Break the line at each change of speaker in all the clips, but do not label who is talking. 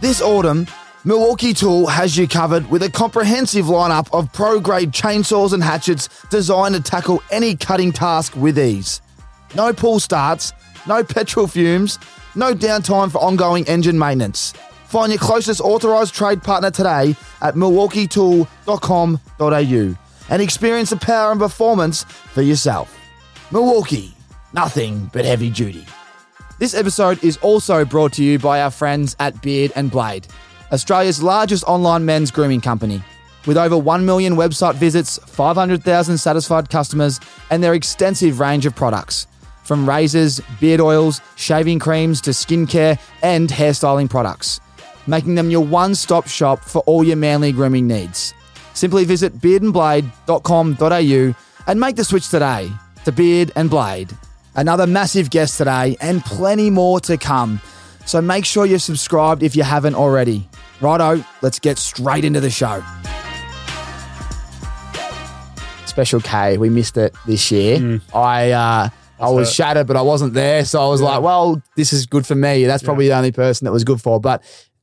This autumn, Milwaukee Tool has you covered with a comprehensive lineup of pro grade chainsaws and hatchets designed to tackle any cutting task with ease. No pull starts, no petrol fumes, no downtime for ongoing engine maintenance. Find your closest authorised trade partner today at milwaukeetool.com.au and experience the power and performance for yourself. Milwaukee, nothing but heavy duty.
This episode is also brought to you by our friends at Beard and Blade, Australia's largest online men's grooming company. With over 1 million website visits, 500,000 satisfied customers, and their extensive range of products from razors, beard oils, shaving creams to skincare and hairstyling products, making them your one stop shop for all your manly grooming needs. Simply visit beardandblade.com.au and make the switch today to Beard and Blade. Another massive guest today and plenty more to come. So make sure you're subscribed if you haven't already. Righto, let's get straight into the show. Special K, we missed it this year.
Hmm.
I uh, I was
hurt.
shattered, but I wasn't there, so I was like, well, this is good for me. That's probably the only person that was good for. But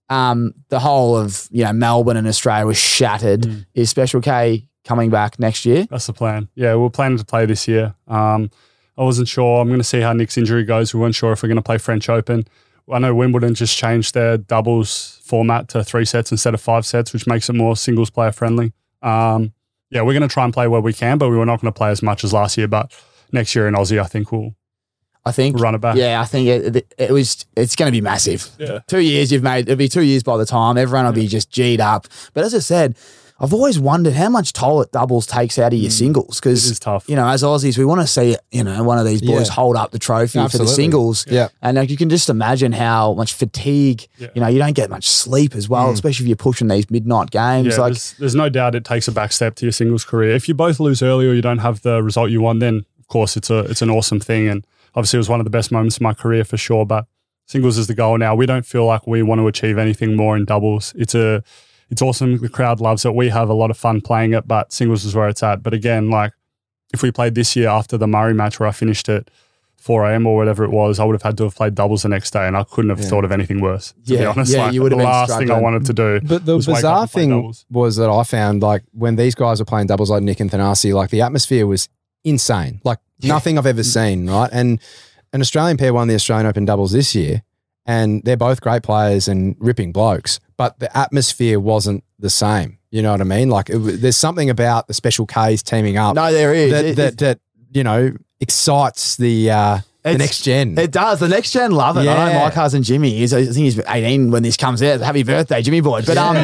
um, the whole of you know Melbourne and Australia was shattered.
Hmm.
Is Special K coming back next year?
That's the plan. Yeah, we're planning to play this year. Um, I wasn't sure. I'm going to see how Nick's injury goes. We weren't sure if we're going to play French Open. I know Wimbledon just changed their doubles format to three sets instead of five sets, which makes it more singles player friendly. Um, yeah, we're going to try and play where we can, but we were not going to play as much as last year. But next year in Aussie, I think we'll
I think.
run it back.
Yeah, I think it, it, it was. It's going to be massive.
Yeah.
Two years you've made. It'll be two years by the time everyone will be just g'd up. But as I said, I've always wondered how much toll it doubles takes out of your singles
Hmm. It
because
is tough.
you know as Aussies we want to see you know one of these boys
Yeah.
hold up the trophy for
Absolutely.
the singles.
Yeah.
And like you can just imagine how much fatigue,
Yeah.
you know, you don't get much sleep as
Mm.
well, especially if you're pushing these midnight games.
Yeah,
like
there's, there's no doubt it takes a back step to your singles career. If you both lose early or you don't have the result you want, then of course it's a it's an awesome thing, and obviously it was one of the best moments of my career for sure. But singles is the goal now. We don't feel like we want to achieve anything more in doubles. It's a it's awesome. The crowd loves it. We have a lot of fun playing it, but singles is where it's at. But again, like if we played this year after the Murray match where I finished at 4 a.m. or whatever it was, I would have had to have played doubles the next day, and I couldn't have thought of anything worse. To be
Yeah,
honest,
yeah,
like,
you would
the
have been
last thing I
struggling.
wanted to do.
But the
was wake up
bizarre
and play
thing
doubles.
was that I found like when these guys were playing doubles like Nick and Thanasi, like the atmosphere was insane. Like nothing I've ever seen, right? And an Australian pair won the Australian Open doubles this year, and they're both great players and ripping blokes, but the atmosphere wasn't the same. You know what I mean? Like it, w- there's something about the special Ks teaming up
no, there is
that,
It-
that, that, you know, excites the, uh, the
It's-
next gen.
It does. The next gen love it. I know
Yeah.
my cousin Jimmy is. I think he's 18 when this comes out. Happy birthday, Jimmy boy. But um,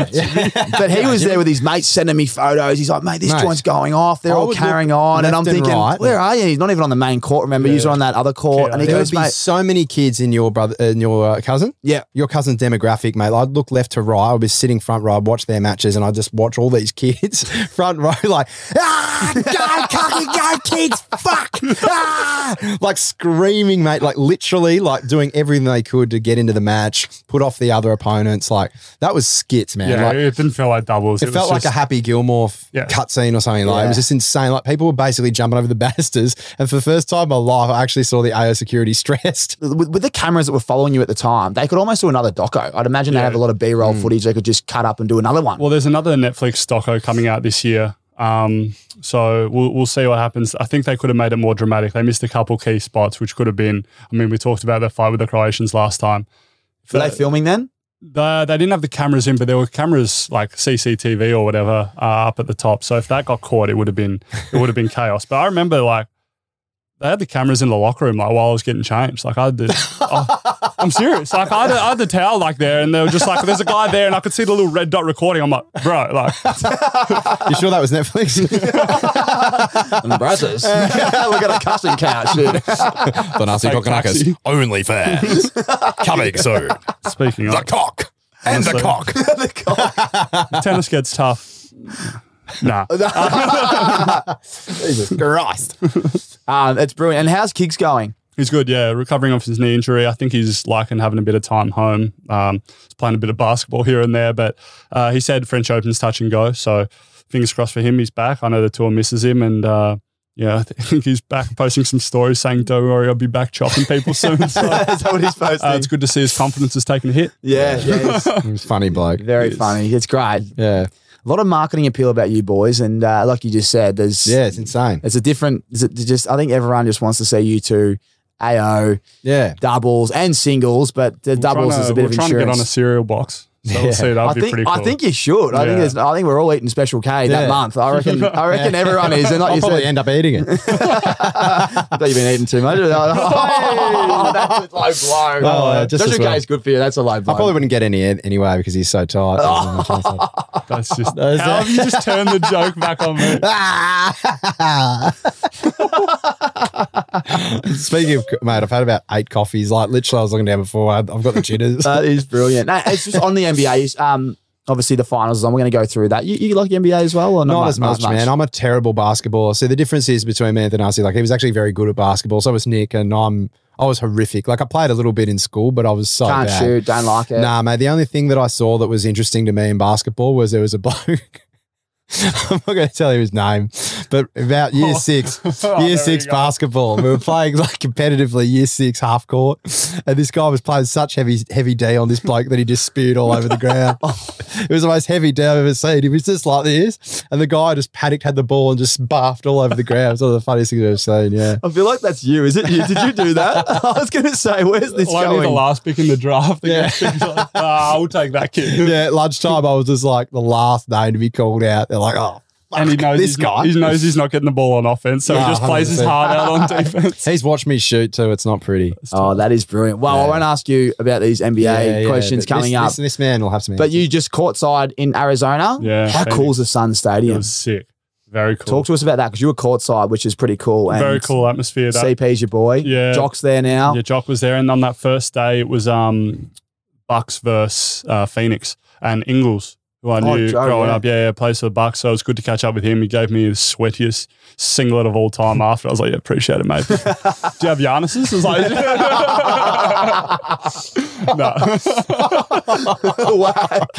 but he was there with his mates sending me photos. He's like, mate, this
Nice.
joint's going off. They're
I
all
would
carrying
look
on, and I'm
left and
thinking,
right.
where are you? He's not even on the main court. Remember, he's on that other court,
Yeah.
and he
There
goes,
would be
mate,
so many kids in your brother, in your uh, cousin,
yeah.
your cousin's demographic, mate. I'd look left to right. I'd be sitting front row, I'd watch their matches, and I'd just watch all these kids front row, like, ah, go, cocky, go, kids, fuck, ah, like screaming, mate, like literally, like doing everything they could to get into the match, put off the other opponents. Like, that was skits, man.
Yeah,
like,
it didn't feel like doubles.
it, felt
was
like a
just-
Happy Gilmore f-
Yeah.
cutscene or something. Like it was
Yeah.
just insane. Like people were basically jumping over the banisters, and for the first time in my life, I actually saw the AO security stressed.
With, with the cameras that were following you at the time, they could almost do another doco. I'd imagine they
Yeah. Hmm.
have a lot of B-roll footage. They could just cut up and do another one.
Well, there's another Netflix doco coming out this year. Um, so we'll, we'll see what happens. I think they could have made it more dramatic. They missed a couple key spots, which could have been. I mean, we talked about that fight with the Croatians last time.
Were they
the-
filming then?
The, they didn't have the cameras in, but there were cameras like CCTV or whatever uh, up at the top. So if that got caught, it would have been it would have been chaos. But I remember like they had the cameras in the locker room like while I was getting changed. Like I did, I, I'm serious. Like I had, a, I had the towel like there, and they were just like, "There's a guy there," and I could see the little red dot recording. I'm like, bro, like
You sure that was Netflix?
And the brothers. Look at a custom couch. dude.
Thanasi
Take taxi.
Kokonakis, only fans. Coming soon.
Speaking
The
of,
cock. And the
Honestly.
cock.
tennis gets tough. Nah.
Christ.
Um, it's brilliant. And how's Kig's going?
He's good, yeah. Recovering off his knee injury. I think he's liking having a bit of time home. Um, he's playing a bit of basketball here and there, but uh, he said French Open's touch and go. So fingers crossed for him. He's back. I know the tour misses him, and uh, yeah, I think he's back posting some stories saying, "Don't worry, I'll be back chopping people soon." So uh,
Is that what he's posting?
it's good to see his confidence has taken a hit.
yeah, yeah. he's
He was funny bloke.
very funny. It's great.
Yeah.
A lot of marketing appeal about you boys, and uh, like you just said, there's
Yeah, it's insane.
It's a different. Is it just? I think everyone just wants to see you two, AO
Yeah.
doubles and singles, but the
We're
doubles
trying
is
to-
a bit
we're
of
trying
insurance.
to get on a cereal box. So
Yeah.
we'll see. That'd
I
be
think
pretty cool.
I think you should. I think
Yeah.
there's, I think we're all eating special K that
Yeah.
month. I reckon. I reckon everyone is, and like
I'll
you
probably
said,
end up eating it.
I thought you've been eating too much. oh, that's a low blow.
Oh, yeah, just
special
as
K
well.
is good for you. That's a low
I
blow.
probably wouldn't get any an- anyway because he's so tight.
that's just
That's
how
it.
have you just turned the joke back on me? Oh,
Speaking of, mate, I've had about eight coffees. Like literally, I was looking down before. I've, I've got the jitters.
that is brilliant. No, it's just on the NBA. Um, obviously the finals. is on. We're going to go through that. You, you like the NBA as well, or not,
Not, as much, man. I'm a terrible basketballer. See, the difference is between me and Thanasi, like he was actually very good at basketball. So was Nick, and I'm I was horrific. Like I played a little bit in school, but I was so
Can't
bad.
shoot. Don't like it.
Nah, mate. The only thing that I saw that was interesting to me in basketball was there was a bloke. I'm not going to tell you his name, but about year
Oh.
six,
Oh, there
year
we
six
go.
basketball, we were playing like competitively year six half court, and this guy was playing such heavy heavy D on this bloke that he just spewed all over the ground.
Oh.
it was the most heavy D I've ever seen. He was just like this, and the guy just panicked, had the ball, and just barfed all over the ground. It was one of the funniest things I've ever seen. Yeah,
I feel like that's you, is it? You did you do that? I was going to say, where's this
Well, only the last pick in the draft. Yeah. like, ah, we'll take that kid.
yeah. At lunchtime, I was just like the last name to be called out. They're like, oh.
And he knows
this
he's
guy.
Not, he knows he's not getting the ball on offense, so
Nah,
he just plays his
100%.
heart out on defense.
He's watched me shoot too. It's not pretty.
Oh, that is brilliant. Well, I
Yeah.
won't ask you about these NBA
Yeah, yeah,
questions
but
coming
this,
up,
This, this man will have some.
but you just courtside in Arizona.
Yeah,
How
Phoenix.
cool is the Sun
It
Stadium?
was sick. Very cool.
Talk to us about that because you were courtside, which is pretty cool. And
Very cool atmosphere. That
CP's your boy.
Yeah.
Jock's there now.
Yeah, Jock was there, and on that first day, it was um, Bucks versus uh, Phoenix and Ingles, who I
Oh,
knew
Joe,
growing
yeah.
up. Yeah, yeah, plays for the Bucks, so it was good to catch up with him. He gave me the sweatiest singlet of all time. After I was like, "Yeah, appreciate it, mate." Do you have Giannis's? I was like, no.
wow.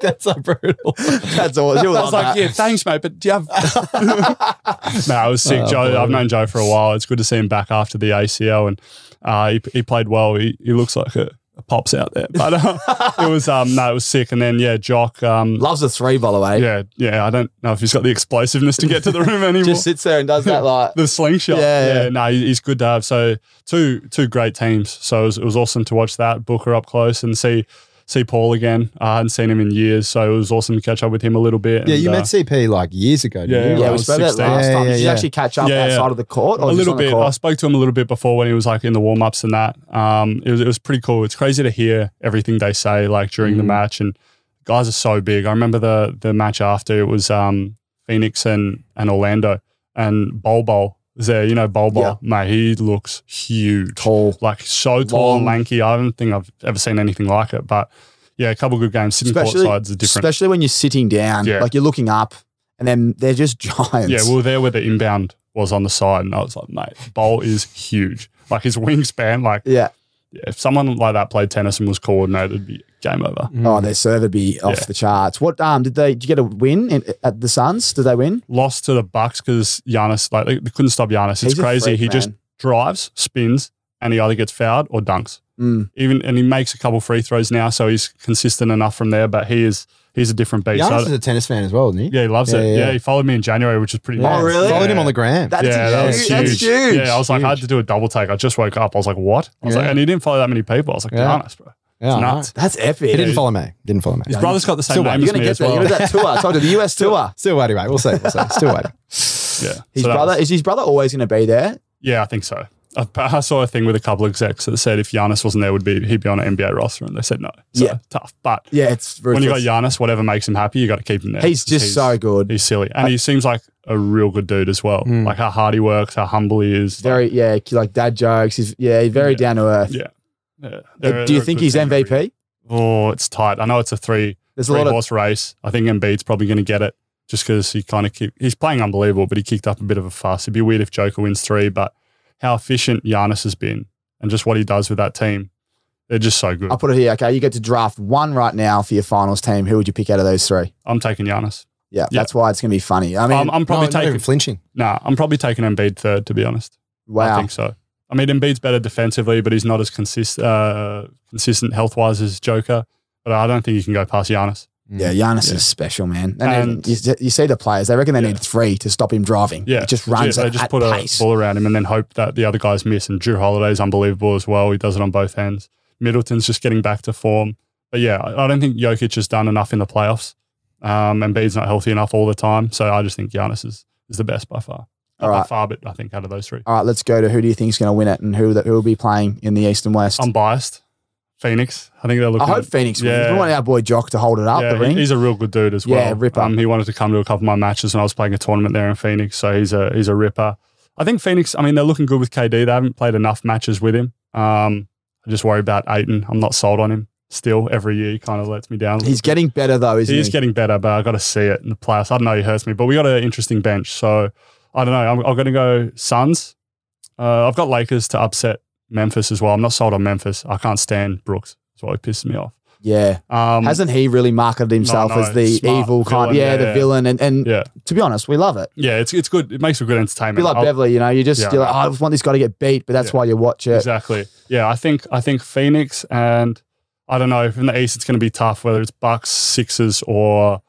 that's so brutal.
That's awesome. You'll
I
love
was like,
that.
"Yeah, thanks, mate," but do you have? no, it was sick.
Oh,
Joe,
boy.
I've known Joe for a while. It's good to see him back after the ACL, and uh, he he played well. He, he looks like a, a pops out there, but uh, it was um no, it was sick. And then yeah, Jock, um,
Loves a three, by the way.
yeah, yeah. I don't know if he's got the explosiveness to get to the room anymore.
Just sits there and does that like.
the slingshot.
Yeah, yeah.
no, he- he's good to have. So two two great teams. So it was, it was awesome to watch that Booker up close and see. See Paul again. I hadn't seen him in years, so it was awesome to catch up with him a little bit.
Yeah,
and,
you
uh,
met CP like years ago. Didn't
Yeah,
you?
yeah,
Yeah,
I
we
was
spoke about that
16.
last
Yeah,
time. Did
yeah,
you
yeah.
actually catch up
Yeah, yeah.
outside of the court? Or
a
just
little
on the
bit. I
court?
spoke to him a little bit before when he was like in the warm ups and that. Um, it was it was pretty cool. It's crazy to hear everything they say like during
Mm.
the match, and guys are so big. I remember the the match after it was um, Phoenix and and Orlando and Bol Bol was there. You know Bol Bol,
Yeah.
mate. He looks huge,
Tall.
like so tall and
Long.
lanky. I don't think I've ever seen anything like it. But yeah, a couple good games. Sitting
Especially-
courtside's are different.
Especially when you're sitting down,
Yeah.
like you're looking up, and then they're just giants.
Yeah, we were there where the inbound was on the side, and I was like, mate, Bowl is huge. Like his wingspan, like
yeah.
yeah, if someone like that played tennis and was coordinated, it'd be game over.
Oh, their server be off
Hmm. Yeah.
the charts. What um did they? Did you get a win in, at the Suns? Did they win?
Lost to the Bucks because Giannis, like they, they couldn't stop Giannis. It's
He's a
crazy.
freak,
he just
man.
drives, spins, and he either gets fouled or dunks.
Mm.
Even and he makes a couple free throws now, so he's consistent enough from there. But he is he's a different beast.
Giannis
I-
is a tennis fan as well, isn't he?
yeah, he loves
Yeah,
it.
yeah,
Yeah,
yeah.
he followed me in January, which is pretty.
Oh,
nice.
really?
Followed him
Yeah.
on the gram.
That's
yeah,
huge.
that was huge.
That's huge.
Yeah, I was like, I had to do a double take. I just woke up. I was like, what? I was
Yeah.
like, and he didn't follow that many people. I was like,
Yeah.
Giannis, bro.
yeah, I know.
nuts.
That's
He
epic.
didn't follow me. Didn't follow me.
His brother's got the same
Still
name
waiting.
You're
as
gonna
me
get
as
there. You're gonna
well.
that tour. I told you the US tour.
Still waiting, mate. We'll see. We'll see. Still waiting.
Yeah,
His
So that
brother
was-
is his brother always going to be there.
Yeah, I think so. I, I saw a thing with a couple of execs that said if Giannis wasn't there, would be he'd be on an NBA roster, and they said no. So
Yeah.
tough. But
Yeah, it's
when you got
ruthless.
Giannis, whatever makes him happy, you got to keep him there.
He's just so good.
He's silly, and he seems like a real good dude as well. Like how hard he works, how humble he is.
Hmm. Very yeah, like dad jokes. He's yeah, he's very
Yeah.
down to earth.
yeah. Yeah.
Uh,
They're-
Do you
they're a
think
good
he's
team every-
MVP?
Oh, it's tight. I know it's a three
There's a
three
lot of
horse race. I think Embiid's probably going to get it just because he kind of kicked. He's playing unbelievable, but he kicked up a bit of a fuss. It'd be weird if Joker wins three, but how efficient Giannis has been and just what he does with that team, they're just so good.
I'll put it here. Okay, you get to draft one right now for your finals team. Who would you pick out of those three?
I'm taking Giannis.
Yeah,
Yeah. Um,
that's why it's going to be funny. I mean,
I'm, I'm
Probably
probably
not even
taking.
flinching.
Nah, I'm probably taking Embiid third. To be honest, I
wow.
think so. I mean, Embiid's better defensively, but he's not as consist, uh, consistent health wise as Joker. But I don't think you can go past Giannis.
Yeah, Giannis
Yeah.
is special, man. And,
And-
then you, you see the players; they reckon they
Yeah.
need three to stop him driving.
Yeah,
he just
legit.
runs
They
at,
just
at
put
pace.
a ball around him and then hope that the other guys miss. And Drew Holiday's unbelievable as well. He does it on both ends. Middleton's just getting back to form. But yeah, I I don't think Jokic has done enough in the playoffs. Um, and Bede's not healthy enough all the time. So I just think Giannis is, is the best by far. Not
All
by
right.
far, but I think out of those three.
All right, let's go to who do you think is going to win it and who who will be playing in the East and West?
I'm biased. Phoenix. I think they're
I
looking.
hope Phoenix wins.
Yeah.
We want our boy Jock to hold it up.
yeah,
the
he-
ring.
he's a real good dude as well.
Yeah, ripper.
Um, he wanted to come to a couple of my matches, and I was playing a tournament there in Phoenix. So he's a he's a ripper. I think Phoenix. I mean, they're looking good with KD. They haven't played enough matches with him. Um, I just worry about Aiton. I'm not sold on him still. Every year he kind of lets me down.
He's getting better though, isn't
he
he?
is getting better, but I got to see it in the playoffs. I don't know he hurts me, but we got an interesting bench. So I don't know. I'm, I'm going to go Suns. Uh, I've got Lakers to upset Memphis as well. I'm not sold on Memphis. I can't stand Brooks. That's why he pisses me off.
yeah.
Um,
Hasn't he really marketed himself
No, no,
as the
smart
evil kind?
villain,
Yeah,
yeah,
the
yeah.
villain. And, and
yeah,
to be honest, we love it.
yeah, it's it's good. It makes for good entertainment.
Be like
I'll-
Beverly, you know, you just
Yeah.
you're like, oh, I just want this guy to get beat, but that's
Yeah.
why you watch it.
Exactly. Yeah, I think I think Phoenix and I don't know from the East it's going to be tough whether it's Bucks, Sixers, or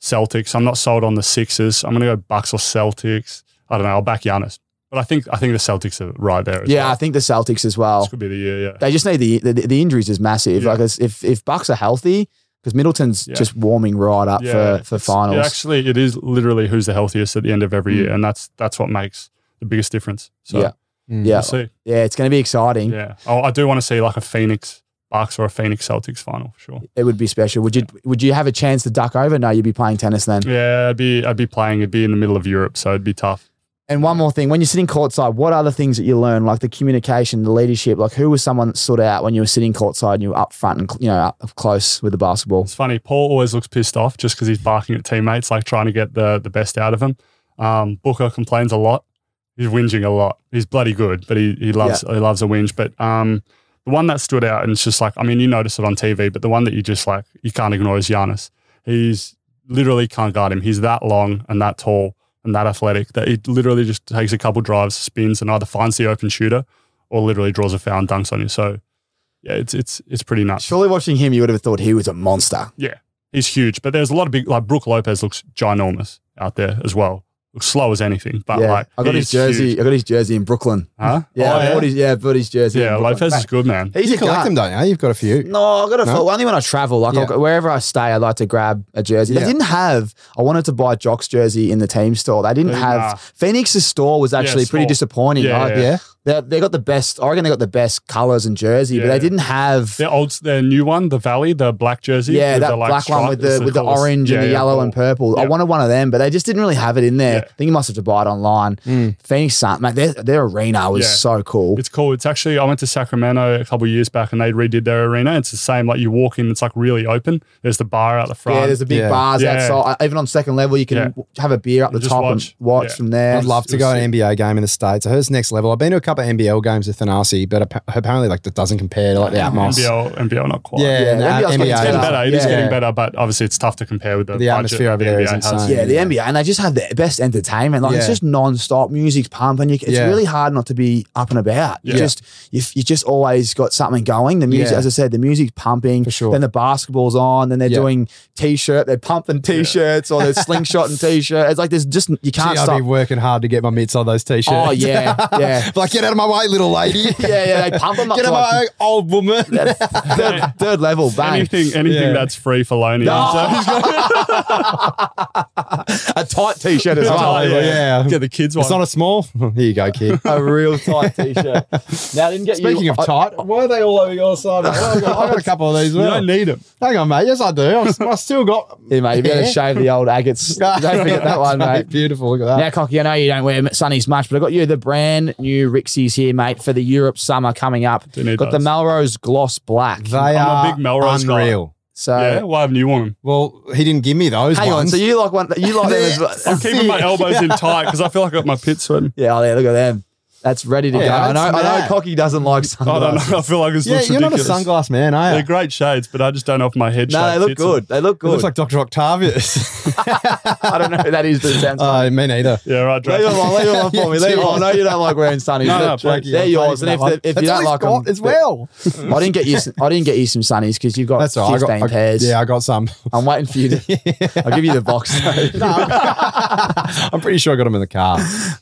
Celtics. I'm not sold on the Sixers. I'm going to go Bucks or Celtics. I don't know. I'll back Giannis, but I think I think the Celtics are right there. As
Yeah, I
well.
think the Celtics as well.
this could be the year. Yeah,
They just need the the, the injuries is massive.
Yeah.
Like it's- if if Bucks are healthy, because Middleton's
Yeah.
just warming right up
yeah,
for for
it's-
finals. Mm.
It actually, it is literally who's the healthiest at the end of every year, and that's that's what makes the biggest difference. So
Yeah.
Mm.
yeah,
we'll see.
yeah, it's going to be exciting.
Yeah, oh, I do want to see like a Phoenix Bucks or a Phoenix Celtics final for sure.
It would be special. Would you would you have a chance to duck over? No, you'd be playing tennis then.
Yeah, I'd be I'd be playing. It'd be in the middle of Europe, so it'd be tough.
And one more thing, when you're sitting courtside, what are the things that you learn, like the communication, the leadership? Like, who was someone that stood out when you were sitting courtside and you were up front and you know up close with the basketball?
It's funny. Paul always looks pissed off just because he's barking at teammates, like trying to get the the best out of him. Um, Booker complains a lot. He's whinging a lot. He's bloody good, but he, he loves he loves a whinge. But um, the one that stood out and it's just like I mean, you notice it on TV, but the one that you just like you can't ignore is Giannis. He's literally can't guard him. He's that long and that tall and that athletic that he literally just takes a couple drives, spins, and either finds the open shooter or literally draws a foul and dunks on you. So yeah, it's it's it's pretty nuts.
Surely, watching him, you would have thought he was a monster.
He's huge, but there's a lot of big like Brooke Lopez looks ginormous out there as well. Looks slow as anything, but
yeah,
like
I got
he
his
is
jersey.
huge.
I got his jersey in Brooklyn.
Huh?
Yeah,
Oh,
I bought
yeah.
his, yeah, I bought his jersey.
Yeah,
in Brooklyn.
Lez is good, man.
He's
You
a
collect
guy.
them, don't you? You've got a few.
No, I got a
No?
few- only when I travel. Like I'll
Yeah.
go- wherever I stay, I like to grab a jersey. They
Yeah.
didn't have. I wanted to buy Jock's jersey in the team store. They didn't
Nah.
have. Phoenix's store was actually pretty
small.
disappointing.
Yeah,
I-
yeah.
Yeah.
They, they got the best. I reckon they got the best colors and jersey, but
Yeah.
they didn't have.
Their old, their new one, the Valley, the black jersey.
Yeah,
with
that
the, like,
black one
stripe
with
is
the with the
colours.
orange
Yeah,
and the
yeah,
yellow and
cool.
purple. I
Yeah.
wanted one of them, but they just didn't really have it in there.
Yeah.
I think you must have to buy it online.
Mm.
Phoenix Sun, mate, their, their arena was
Yeah.
so cool.
It's cool. It's actually I went to Sacramento a couple of years back and they redid their arena. It's the same. Like you walk in, it's like really open. There's the bar out the front.
yeah, there's the big
Yeah.
bars
Yeah.
outside. uh, Even on second level, you can
Yeah.
w- have a beer up the
And just
top
watch.
and watch
Yeah.
from there.
I'd love to
it
go
was
to an NBA game in the States. I heard it's next level. I've been to a couple of NBL games with Thanasi, but appa- apparently like that doesn't compare to like the Atmos.
NBL, NBL, not quite.
Yeah,
Yeah,
and
NBL 's got its
the
It's getting
Yeah.
better. It is
Yeah.
getting better, but obviously it's tough to compare with the,
The
budget
atmosphere over
the
there is
NBA has.
insane.
Yeah, the NBA, and they just have the best entertainment. Like it's
Yeah.
just non-stop music's pumping. You, it's
Yeah.
really hard not to be up and about. You
Yeah.
just you, you just always got something going. The music,
Yeah.
as I said, the music's pumping.
For sure.
Then the basketball's on. Then they're
Yeah.
doing t-shirt. They're pumping t-shirts or they're slingshotting t-shirt. It's like there's just you can't
Gee, I'd be
stop.
working hard to get my mitts on those t-shirts.
Oh yeah, yeah,
like get out of my way, little lady.
yeah, yeah. They pump them up
Get out
to
of my way,
like
old woman.
third, third level. Bang.
Anything, anything
Yeah.
that's free for Loney.
A tight t-shirt as
Yeah.
well.
Oh, yeah.
Get the kids one.
It's not a small. Here you go, kid.
A real tight t-shirt. Now Oh, I didn't get
Speaking
you,
of tight, why are they all over your side? Well, I've got, I've got a couple of these.
you
well.
don't need them.
Hang on, mate. Yes, I do. I've, I've still got.
Yeah, mate, you better
Yeah.
shave the old agates. Don't forget that one, mate.
Beautiful. Look at that.
Now, Cocky, I know you don't wear sunnies much, but I got you the brand new Rixies here, mate, for the Europe summer coming up.
Do need
got the
those.
Melrose Gloss Black.
They
a
are
big Melrose guy.
unreal.
so,
yeah, why haven't you worn them?
Well, he didn't give me those
hang on.
ones.
So you like one? You like them as well?
I'm keeping my elbows in tight because I feel like I got my pit sweating.
Yeah, oh, yeah. Look at them. That's ready to
Yeah,
go. I know,
that's
I know
mad.
Cocky doesn't like
I don't
sunglasses.
know. I feel like it's
Yeah,
looks
you're not a
ridiculous.
sunglass man, are
They're
you?
great shades, but I just don't know if my head
No,
shape
they look
fits it.
good. They look
It
good.
looks like Dr. Octavius.
I don't know who that is, but it sounds
uh, me neither.
Yeah, right.
Leave
Drake.
it alone, leave it alone for me. Leave it alone. I know you don't like wearing sunnies.
No, no,
but
please.
they're yours. And if,
That's
they- if
all
you don't
he's
like
got
them,
as well.
I didn't get you. s- I didn't get you some sunnies because you've got
That's all right. I got-
fifteen
I-
pairs.
Yeah, I got some.
I'm waiting for you to. I'll give you the box.
I'm pretty sure I got them in the car.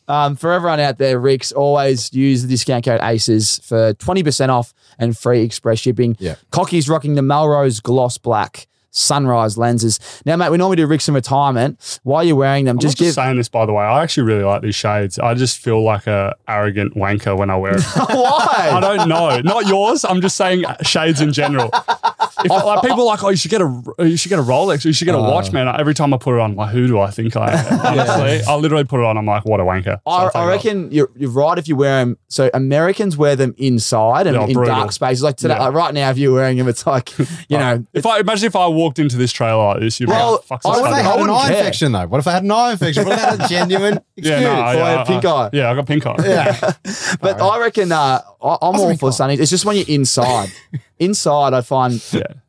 um, for everyone out there, Ricks, always use the discount code ACES for 20% off and free express shipping.
Yeah.
Cocky's rocking the Melrose Gloss Black Sunrise lenses. Now, mate, we normally do Ricks in retirement. While you're wearing them,
I'm
just
just,
give.
saying this, by the way. I actually really like these shades. I just feel like a arrogant wanker when I wear it. I
Why?
don't know. Not yours. I'm just saying shades in general. If, like, people are like, oh, you should get a, you should get a Rolex. You should get a
Uh.
watch, man. Every time I put it on, I'm like, who do I think I am? Honestly, I literally put it on. I'm like, what a wanker. So
I,
take it
I
off.
reckon you're, you're right if you wear them. So Americans wear them inside and
Yeah,
in
brutal.
dark spaces. Like today,
Yeah.
like right now, if you're wearing them, it's like, you know,
If I imagine if I walked into this trailer like this, you'd
Well,
be like, fuck
I
What if
wouldn't-
they
this
had an
wouldn't
eye
care.
infection, though? What if they had an eye infection? What if they had a genuine
Yeah,
excuse?
no, yeah,
I had pink eye.
Yeah, I got pink eye.
Yeah.
Uh-huh.
but I reckon uh, I, I'm all for sunnies. It's just when you're inside. inside, I find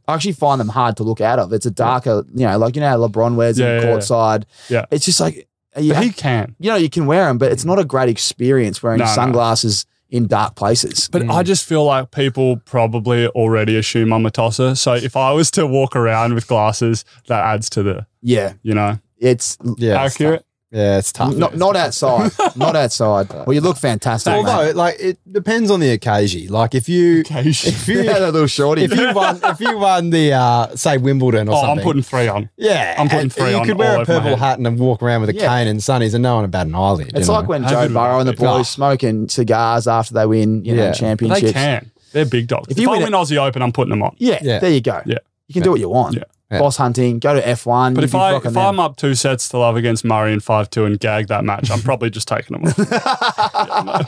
I actually find them hard to look out of. It's a darker, you know, like you know how LeBron wears
Yeah,
them
yeah, yeah.
courtside.
Yeah.
it's just like uh, you,
But
ha-
he can.
you know you can wear them, but it's not a great experience wearing
No, no.
sunglasses in dark places.
But I just feel like people probably already assume I'm a tosser. So if I was to walk around with glasses, that adds to the,
Yeah,
you know,
it's
Yeah, it's
accurate.
tough. Yeah, it's tough.
not not outside, not outside. Well, you look fantastic. mate.
Although, like, it depends on the occasion. Like, if you
Occasion.
if you
Yeah, that little shorty.
if you won if you won the uh, say Wimbledon
Oh,
or something,
I'm putting three on.
yeah,
I'm putting
and
three
You
on
could
all
wear a
over my
purple
head.
hat and walk around with a
Yeah.
cane and sunnies, and no one about an eyelid.
it's
you know?
like when
How
Joe
good would
Burrow and the
that be?
boys smoking cigars after they win, you know,
Yeah.
But
championships.
They can. They're big dogs.
If
If,
you
I
win
win Aussie Open, I'm putting them on.
Yeah,
Yeah.
there you go.
Yeah.
You can do what you want.
Yeah.
Yeah.
Boss hunting, go to F1.
But
you'd
if
be
I
rocking
if
them.
I'm up two sets to love against Murray in five two and gag that match, I'm probably just taking them off.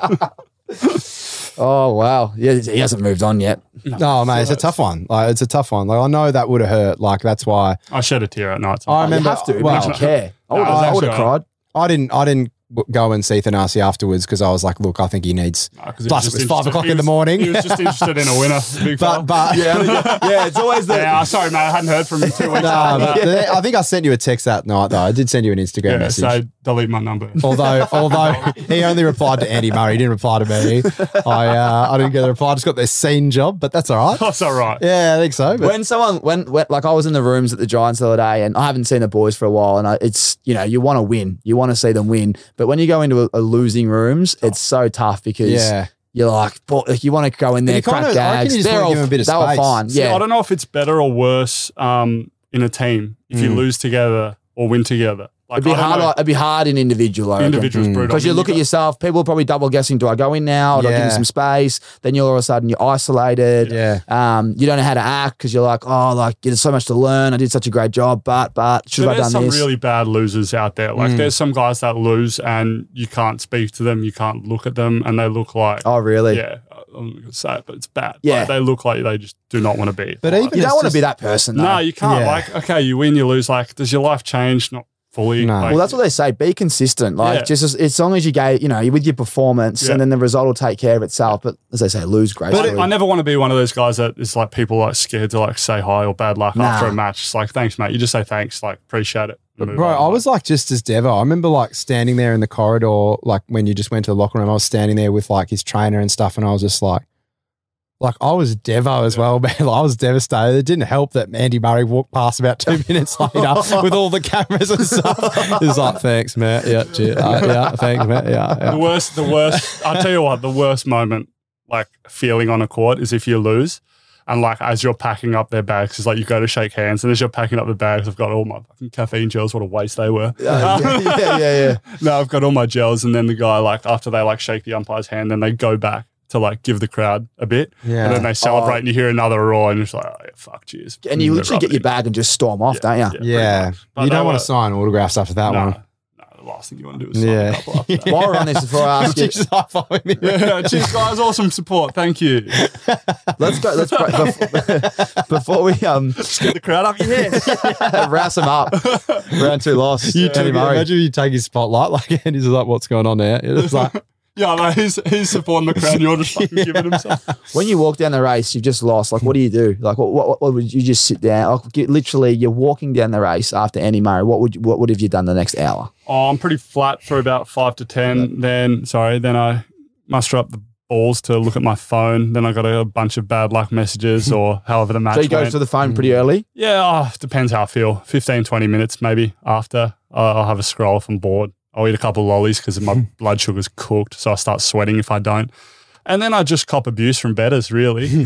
Oh, wow. Yeah, he hasn't moved on yet.
no, mate, it's a tough one. Like, it's a tough one. Like, I know that would have hurt. Like, that's why
I shed a tear at night. time.
I remember.
Oh, you have to. it
well,
makes you care. I
No,
would
it was
I would have
actually-
cried.
I didn't. I didn't w- go and see Thanasi afterwards because I was like, look, I think he needs.
No, 'cause he
Plus,
just
it was five
interested-
o'clock
he
in the
was-
morning.
He was just interested in a winner. Big
But
fella.
but yeah.
yeah, it's always
yeah, I'm sorry, mate. I hadn't heard from him in two weeks.
Nah, but the- I think I sent you a text that night though. I did send you an Instagram
yeah,
message. Oh.
so delete my number.
Although, although he only replied to Andy Murray, he didn't reply to me. I, uh, I didn't get a reply. I just got their scene job, but that's all right.
That's all right.
Yeah, I think so. But
When someone, when, when, like I was in the rooms at the Giants the other day and I haven't seen the boys for a while and I, it's, you know, you want to win. You want to see them win. But when you go into a, a losing rooms, it's so tough because
yeah,
you're like, "Boy, like, you want to go in there,
you
crack
kinda- I reckon
gags.
you just
They're
wanna
all,
give 'em a bit of
they were
space.
fine.
See, I
Yeah.
don't know if it's better or worse um, in a team if you
Mm.
lose together or win together. Like,
It'd be
I don't
hard.
know.
like- It'd be hard in individual. I reckon.
Individuals
Mm.
brutal.
Because you look at yourself, people are probably double guessing, do I go in now? Do I give
Yeah.
them some space? Then you're all of a sudden you're isolated.
yeah.
Um, you don't know how to act because you're like, oh, like there's so much to learn. I did such a great job, but but should
So
have I
there's
done
some
this? Hmm.
really bad losers out there. Like
Mm.
there's some guys that lose and you can't speak to them, you can't look at them, and they look like
oh, really?
yeah, I'm gonna say it, but it's bad.
Yeah.
Like, they look like they just do not want to be.
But
Like,
even
You
it's
don't want to
just-
be that person. Though.
no, you can't.
Yeah.
Like okay, you win, you lose. Like does your life change? Not fully.
No.
Like,
well, that's what they say. Be consistent. Like
Yeah.
just as, as long as you go, you know, you're with your performance,
Yeah.
and then the result will take care of itself. But as they say, lose
But
gracefully.
I, I never want to be one of those guys that is like people like scared to like say hi or bad luck
Nah.
after a match. It's like thanks, mate. You just say thanks, like appreciate it. and move
Bro,
on.
I was like just as Devo. I remember like standing there in the corridor, like when you just went to the locker room. I was standing there with like his trainer and stuff, and I was just like, like I was Devo as well, man. Like, I was devastated. It didn't help that Andy Murray walked past about two minutes later with all the cameras and stuff. It was like, thanks, Matt. Yeah, gee, uh, yeah, thanks, Matt. Yeah,
the
yeah.
worst, the worst. I'll tell you what, the worst moment, like feeling on a court, is if you lose. And like as you're packing up their bags, it's like you go to shake hands, and as you're packing up the bags, I've got all my fucking caffeine gels. What a waste they were.
Uh, yeah, yeah, yeah, yeah.
no, I've got all my gels, and then the guy like after they like shake the umpire's hand, then they go back to like give the crowd a bit,
Yeah.
and then they celebrate,
Oh.
and you hear another roar, and it's like, oh, yeah, fuck, cheers.
And you
Mm,
literally
rub it
get your
in.
bag and just storm off, don't you?
pretty
Yeah.
much. But
You
they
don't want
were-
to sign autographs after that
no,
one.
No, the last thing you want to do is sign
Yeah.
a couple after that.
While we're on this, before I ask you,
Just high-fiving me.
yeah, cheers, guys. Awesome support. Thank you.
Let's go. Let's break, before, before we um
Just get the crowd up. Yeah.
rouse him up. Round two loss.
You
Andy
take,
Murray.
imagine you take his spotlight, like Andy's like, "What's going on now?" It's like,
Yeah, like he's, he's supporting the crowd. You're just fucking giving himself.
When you walk down the race, you've just lost. Like, what do you do? Like, what, what, what would you just sit down? Like, you- literally, you're walking down the race after Andy Murray. What would you, what would have you done the next hour?
Oh, I'm pretty flat for about five to ten. Then sorry, then I muster up the balls to look at my phone. Then I got a bunch of bad luck messages or however the match
So you go
went.
to the phone pretty early.
yeah, oh, depends how I feel. 15, 20 minutes maybe after. I'll I'll have a scroll if I'm bored. I'll eat a couple of lollies because my blood sugar's cooked, so I start sweating if I don't. And then I just cop abuse from betters, really.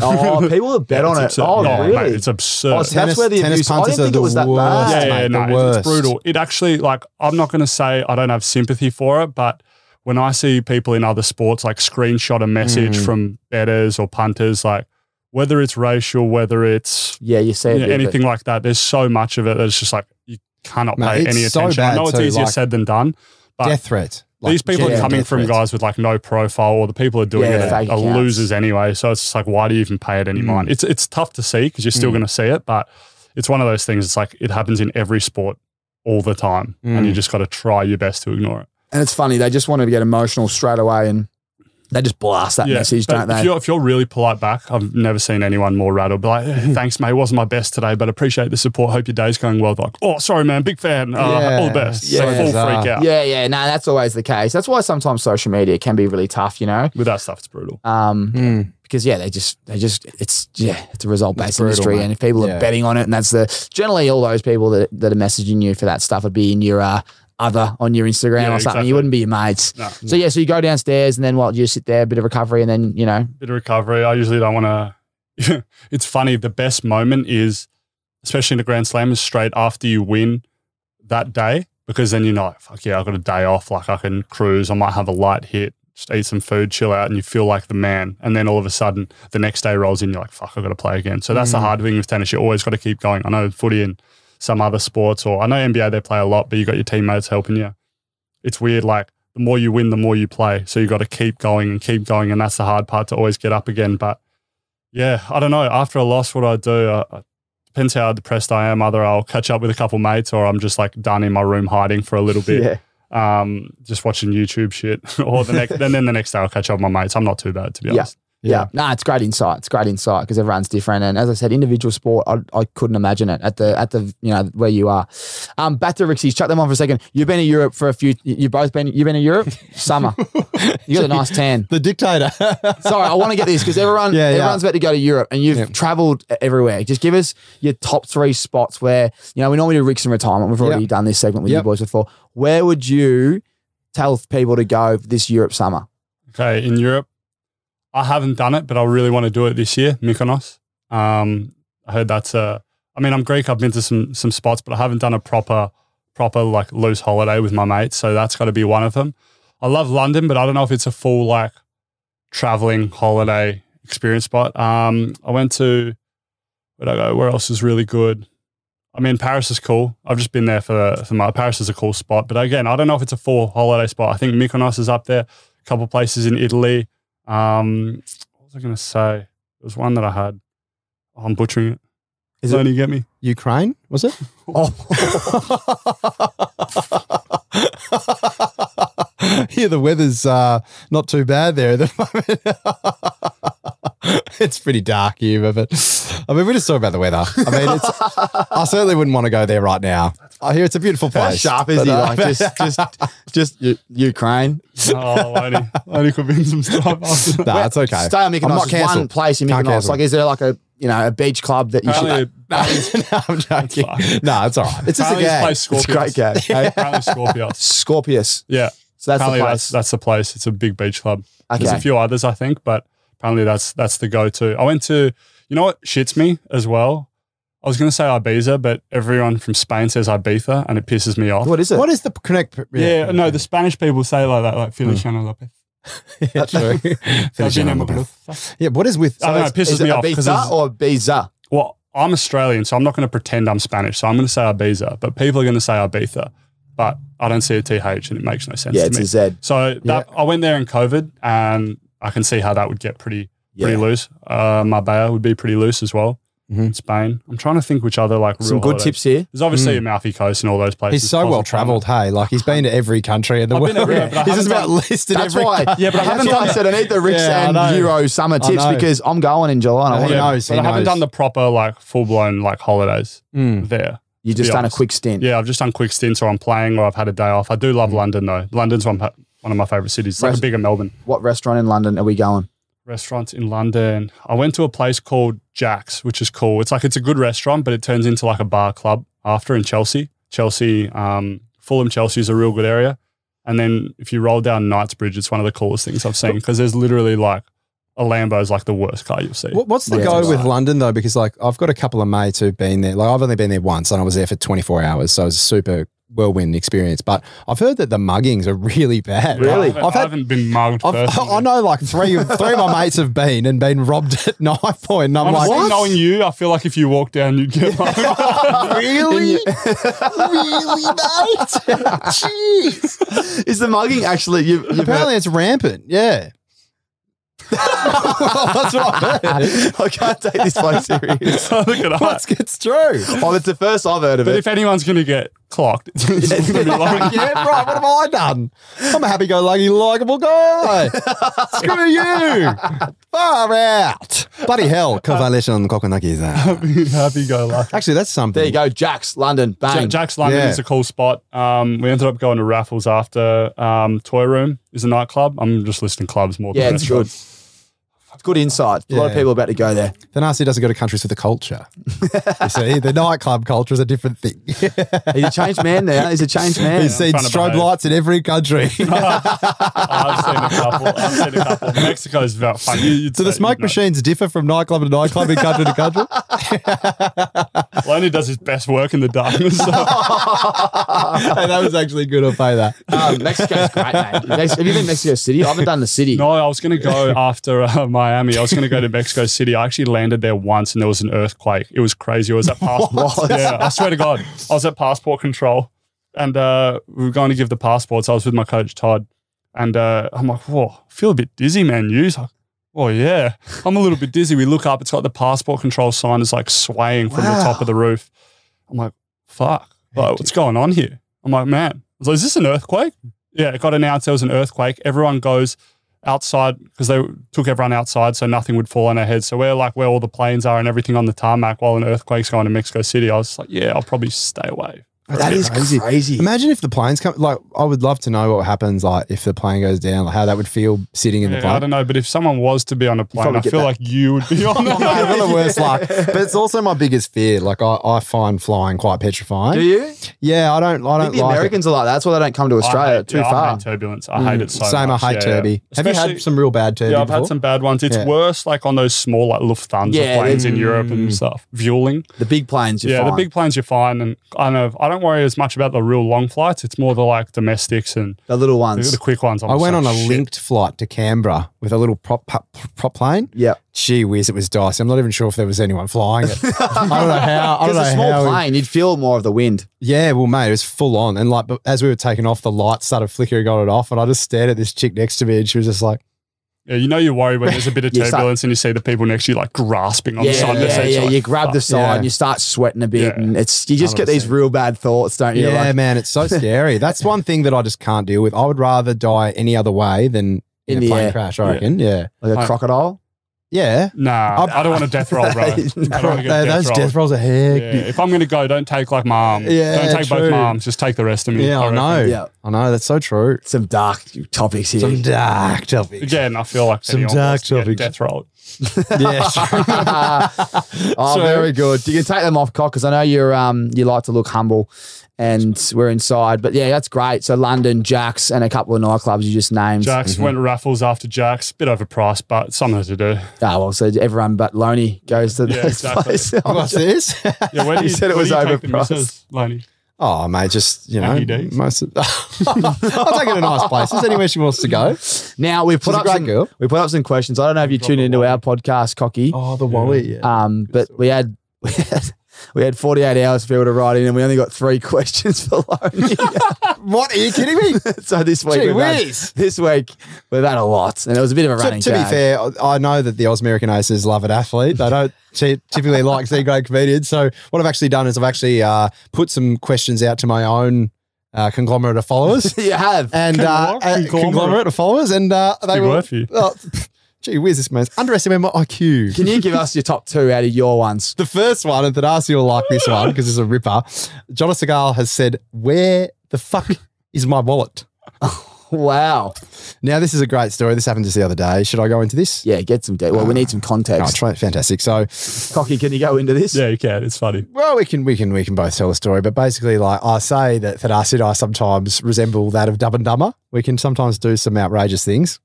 Oh, people have bet
Yeah,
on
it's
it.
absurd.
Oh,
No,
really?
mate, it's absurd.
Oh, That's where the abuse- I didn't think it was that bad.
yeah, yeah,
mate,
no,
the
it's- it's
worst.
brutal. It actually, like, I'm not going to say I don't have sympathy for it, but when I see people in other sports, like, screenshot a message
Mm.
from betters or punters, like, whether it's racial, whether it's
yeah, you say
you
it.
know,
yeah,
anything like that, there's so much of it that's just like, you cannot
Mate,
pay any
it's so
attention. I
bad
know it's
too,
easier
like-
said than done. But
death threat. Like,
These people are
genuine
coming
death
from
threats.
guys with like no profile, or the people who are doing
Yeah,
it
fake
are, are
accounts.
losers anyway. So it's just like, why do you even pay it any
Mm.
mind? It's it's tough to see because you're still
Hmm.
Mm.
going to see it, but it's one of those things. It's like it happens in every sport all the time, and
Hmm.
you
Mm.
just got to try your best to ignore it.
And it's funny. They just want to get emotional straight away, and they just blast that message,
but
don't
If
they?
you're, if you're really polite back, I've never seen anyone more rattled. Be like, "Eh, thanks, mate. Wasn't my best today, but appreciate the support. Hope your day's going well. Like, oh, sorry, man. Big fan. Uh,
Yeah.
All the best.
Yeah.
so full
Yeah.
freak out.
Yeah, yeah. No, that's always the case. That's why sometimes social media can be really tough, you know.
With that stuff, it's brutal.
Um,
Mm.
because yeah, they just they just it's yeah, it's a result based
It's brutal,
industry,
mate.
and if people are
Yeah.
betting on it, and that's the generally all those people that that are messaging you for that stuff would be in your uh, other on your Instagram
Yeah,
or something.
exactly.
You wouldn't be your mates.
No.
So
Mm.
yeah, so you go downstairs and then what you just sit there, a bit of recovery, and then you know
bit of recovery. I usually don't want to. it's funny. The best moment is, especially in the Grand Slam, is straight after you win that day because then you're like, fuck yeah, I've got a day off. Like I can cruise. I might have a light hit, just eat some food, chill out, and you feel like the man. And then all of a sudden, the next day rolls in. You're like, fuck, I've got to play again. So that's the hard thing with tennis. You always got to keep going. I know footy and some other sports, or I know NBA they play a lot, but you got your teammates helping you. It's weird, like the more you win, the more you play. So you got to keep going and keep going, and that's the hard part to always get up again. But yeah, I don't know. After a loss, what do I do? I, I- depends how depressed I am. Either I'll catch up with a couple mates, or I'm just like done in my room hiding for a little bit, um, just watching YouTube shit. or the next, and then the next day I'll catch up with my mates. I'm not too bad to be
Yeah.
honest.
Yeah. No, it's great insight. It's great insight because everyone's different. And as I said, individual sport, I, I couldn't imagine it at the, at the, you know, where you are. Um, back to Rixie's, chuck them on for a second. You've been to Europe for a few, you've both been, you've been to Europe? Summer. You got a nice tan.
The dictator.
Sorry, I want to get this because everyone,
Yeah, yeah.
everyone's about to go to Europe and you've
Yeah.
traveled e, everywhere. Just give us your top three spots where, you know, we normally do Ricks in retirement. We've already
Yep.
done this segment with you
Yep.
boys before. Where would you tell people to go this Europe summer?
Okay, in Europe, I haven't done it, but I really want to do it this year. Mykonos. Um, I heard that's a. I mean, I'm Greek. I've been to some some spots, but I haven't done a proper proper like loose holiday with my mates. So that's got to be one of them. I love London, but I don't know if it's a full like traveling holiday experience spot. Um, I went to where I go. Where else is really good? I mean, Paris is cool. I've just been there for, for my Paris is a cool spot, but again, I don't know if it's a full holiday spot. I think Mykonos is up there couple places in Italy. Um, what was I going to say? There was one that I had. Oh, I'm butchering it.
Is
Is
it-
Learn, you get me?
Ukraine, was it?
Oh.
yeah, the weather's uh, not too bad there at the moment. it's pretty dark here, but I mean, we just talk about the weather. I mean, it's, I certainly wouldn't want to go there right now. I hear it's a beautiful
How
place.
sharp is
but,
he?
uh,
Like just, just, just U- Ukraine.
Oh, only, only convince some stuff. After that.
nah, it's okay.
Stay on Mykonos.
I'm not
There's one
cancelled.
place in
Can't
Mykonos.
cancel.
Like, is there like a you know a beach club that you should?
Apparently,
no, I'm joking.
fine.
No, it's all right. It's just a
apparently
game.
it's
It's a great
Scorpios.
game. eh?
Apparently Scorpios.
Scorpius.
Yeah,
So that's
apparently
the
that's
place.
that's the place. It's a big beach club. There's
okay.
a few others, I think, but apparently that's that's the go-to. I went to, you know what shits me as well. I was going to say Ibiza, but everyone from Spain says Ibiza, and it pisses me off.
what is it?
What is the connect?
Yeah, no, the Spanish people say like that, like
Mm.
Feliciano Lopez.
yeah, true. Finishing on the breath. yeah, what is with?
I don't know,
it's-
it pisses
Is
me
it
off because
Ibiza or Ibiza?
well, I'm Australian, so I'm not going to pretend I'm Spanish. So I'm going to say Ibiza, but people are going to say Ibiza, but I don't see a th, and it makes no sense
Yeah,
to
it's
me.
a Z.
so that I went there in COVID, and I can see how that would get pretty
Yeah.
pretty loose. Uh, Marbella would be pretty loose as well.
Mhm.
Spain. I'm trying to think which other like real
Some good
holidays.
tips here.
There's obviously Amalfi Coast and all those places.
He's so
Cozumel.
well travelled. Hey, like he's been to every country in the
I've
world.
been everywhere, but I
he's just
haven't
about listed
That's
every.
why.
Yeah, but I haven't
That's why
done
I
that.
said I need the Rick's
Yeah, I
and
know.
Euro summer tips
know.
because I'm going in July. And I
I
want
He
to
know.
know.
knows,
But
he
I haven't
knows.
done the proper like full blown like holidays
Hmm.
there.
You just
be
done a
honest.
quick stint.
Yeah, I've just done quick stints or I'm playing or I've had a day off. I do love London though. London's one, one of my favorite cities. It's like
Res-
a bigger Melbourne.
What restaurant in London are we going?
Restaurants in London. I went to a place called Jack's, which is cool. It's like it's a good restaurant, but it turns into like a bar club after in Chelsea. Chelsea, um, Fulham, Chelsea is a real good area. And then if you roll down Knightsbridge, it's one of the coolest things I've seen because there's literally like a Lambo is like the worst car you'll see.
What, what's the
Yeah.
go with London though? Because like I've got a couple of mates who've been there. Like I've only been there once, and I was there for 24 hours, so it was a super whirlwind experience. But I've heard that the muggings are really bad.
I
Like,
haven't,
I've
I
had.
haven't been mugged.
I've,
personally.
I know like three of three of my mates have been and been robbed at knife point, and I'm
Honestly,
like,
knowing you, I feel like if you walk down, you'd get mugged.
really, really, mate? Jeez.
Is the mugging actually? You've, you've
Apparently, it's rampant. Yeah. That's what I heard.
I can't take this bloke serious.
So look at us.
It's, it's true.
Oh, that's the first I've heard of
But
it.
if anyone's going to get clocked, it's gonna be like-
yeah, right. What have I done? I'm a happy-go-lucky, likable guy. Screw you. Far out. Bloody hell. Coalition Kokonakis.
happy go lucky.
Actually, that's something.
there you go, Jack's London,
Mm. Ja-
bang.
Jack's London
Yeah.
is a cool spot. Um, we ended up going to Raffles after um, Toy Room is a nightclub. I'm just listing clubs more than
yeah, it's good.
restaurants.
It's good insight. A lot of
Yeah.
people about to go there.
Thanasi doesn't go to countries with a culture. you see, the nightclub culture is a different thing.
He's a changed man now. He's a changed man.
He's seen
trying to
strobe
behave.
lights in every country.
I've seen a couple. I've seen a couple. Mexico's about fun. You- you'd
Do the
say-
smoke
you'd know.
machines differ from nightclub to nightclub in country to country?
Lonnie does his best work in the darkness. So.
Hey, that was actually good. I'll pay that.
Um, Mexico's great, mate. Mex- Have you been to Mexico City? I haven't done the city.
No, I was going to go after uh, Miami. I was going to go to Mexico City. I actually landed there once and there was an earthquake. It was crazy. I was at passport. yeah, I swear to God. I was at passport control and uh, we were going to give the passports. I was with my coach, Todd. And uh, I'm like, whoa, I feel a bit dizzy, man. You? He's like, oh, yeah. I'm a little bit dizzy. We look up. It's got the passport control sign is like swaying from the top of the roof. I'm like, fuck, like, what's going on here? I'm like, man. I was like, is this an earthquake? Yeah, it got announced there was an earthquake. Everyone goes outside because they took everyone outside so nothing would fall on their heads. So we're like where all the planes are and everything on the tarmac while an earthquake's going to Mexico City. I was like, yeah, I'll probably stay away.
that is crazy.
Imagine if the planes come. Like, I would love to know what happens. Like, if the plane goes down, like how that would feel sitting in the
Yeah, I
plane.
don't know, but if someone was to be on a plane,
probably
I
get
feel
that.
like you would be on
I've
it.
got the worst luck, but it's also my biggest fear. Like, I, I find flying quite petrifying.
Do you?
Yeah, I don't. I
I
don't
think the
like it.
Americans are like that. That's why they don't come to
I
Australia.
hate-
Too
yeah, I
far. Mm.
hate turbulence. I hate it so
Same.
much.
I hate
Yeah, yeah.
Turby. Have you
Especially-
had some real bad Turby?
Yeah, I've had
before?
some bad ones. It's
Yeah.
worse like on those small like Lufthansa
Yeah,
planes in
they-
Europe
Mm.
and stuff. Vueling.
The big planes, you're
yeah,
fine.
the big planes you're fine, and I know I don't worry as much about the real long flights. It's more the like domestics and
the little
the,
ones.
the quick ones. I'm
I
just
went on
like,
a
Oh, "Shit."
linked flight to Canberra with a little prop prop, prop plane.
Yeah,
Gee whiz, it was dicey. I'm not even sure if there was anyone flying it. I don't know how. I
because
don't know
a
how.
small
we-
plane, you'd feel more of the wind.
Yeah, well, mate, it was full on. And like, but as we were taking off, the lights started flickering on and off. And I just stared at this chick next to me and she was just like,
Yeah, you know you worry when there's a bit of
Yes, I-
turbulence and you see the people next to you like grasping on
Yeah,
the side of the
yeah,
seat.
yeah.
You're like,
You grab the side,
Yeah.
and you start sweating a bit,
Yeah.
and it's you just get these
100%.
real bad thoughts, don't you?
Yeah,
Like,
man, it's so scary. That's one thing that I just can't deal with. I would rather die any other way than
In
in, a
the
plane
air.
crash, I
Yeah.
reckon. Yeah.
like a
I-
crocodile.
Yeah.
Nah,
I'm-
I don't want a death roll, bro. I don't want to get a death
Those- those
roll.
death rolls are
Yeah,
hectic.
if I'm gonna go, don't take like my arm.
Yeah,
don't take
true.
both my arms. Just take the rest of
Yeah,
me.
I
reckon.
know.
Yeah.
I know. That's so true.
Some dark topics here.
Some dark topics.
Again, I feel like
Some
anyone
dark
wants to get
topics.
Death roll.
yeah, sure.
oh,
So-
very good. You can take them off, cock, because I know you're um you like to look humble, and we're inside. But yeah, that's great. So London, Jacks, and a couple of nightclubs you just named.
Jacks
Mm-hmm.
went raffles after Jacks. Bit overpriced, but something to do.
Ah, well, so everyone but Loney goes to
Yeah,
those
exactly.
places.
What's this?
Yeah, where do
He
you,
said it
where
was
do you take them,
overpriced.
Mrs. Loney?
oh, mate, just, you know,
Happy days.
most of, I'll take her to nice places, anywhere she wants to go.
Now we put
a
up
great
some,
girl.
we put up some
Oh,
questions. I don't know if you tuned into our podcast, Cocky.
Oh, the wallet, yeah.
Um, but we had, we had We had 48 hours for people to write in, and we only got three questions for Loney.
Uh, What are you kidding me?
so this week,
Gee
we've had,
whiz.
this week we've had a lot, and it was a bit of a
to,
running.
to be
gag.
fair, I- I know that the Oz American Aces love an athlete. They don't ty- typically like C grade comedians. So what I've actually done is I've actually uh, put some questions out to my own uh, conglomerate of followers
you have.
and uh,
Conglomerate?
uh, conglomerate of followers, and uh, they
big
were.
word for you.
Oh, gee whiz, this man's underestimating my IQ.
Can you give us your top two out of your ones?
the first one, and Thanasi will like this one because it's a ripper. Jonah Segal has said, "Where the fuck is my wallet?"
Wow.
Now this is a great story. This happened just the other day. Should I go into this?
Yeah, get some. De- well, we need some
Oh,
context.
try Fantastic. So
Cocky, can you go into this?
Yeah, you can. It's funny.
Well, we can we can we can both tell a story, but basically, like I say that Thanasi and I sometimes resemble that of Dumb and Dumber. We can sometimes do some outrageous things.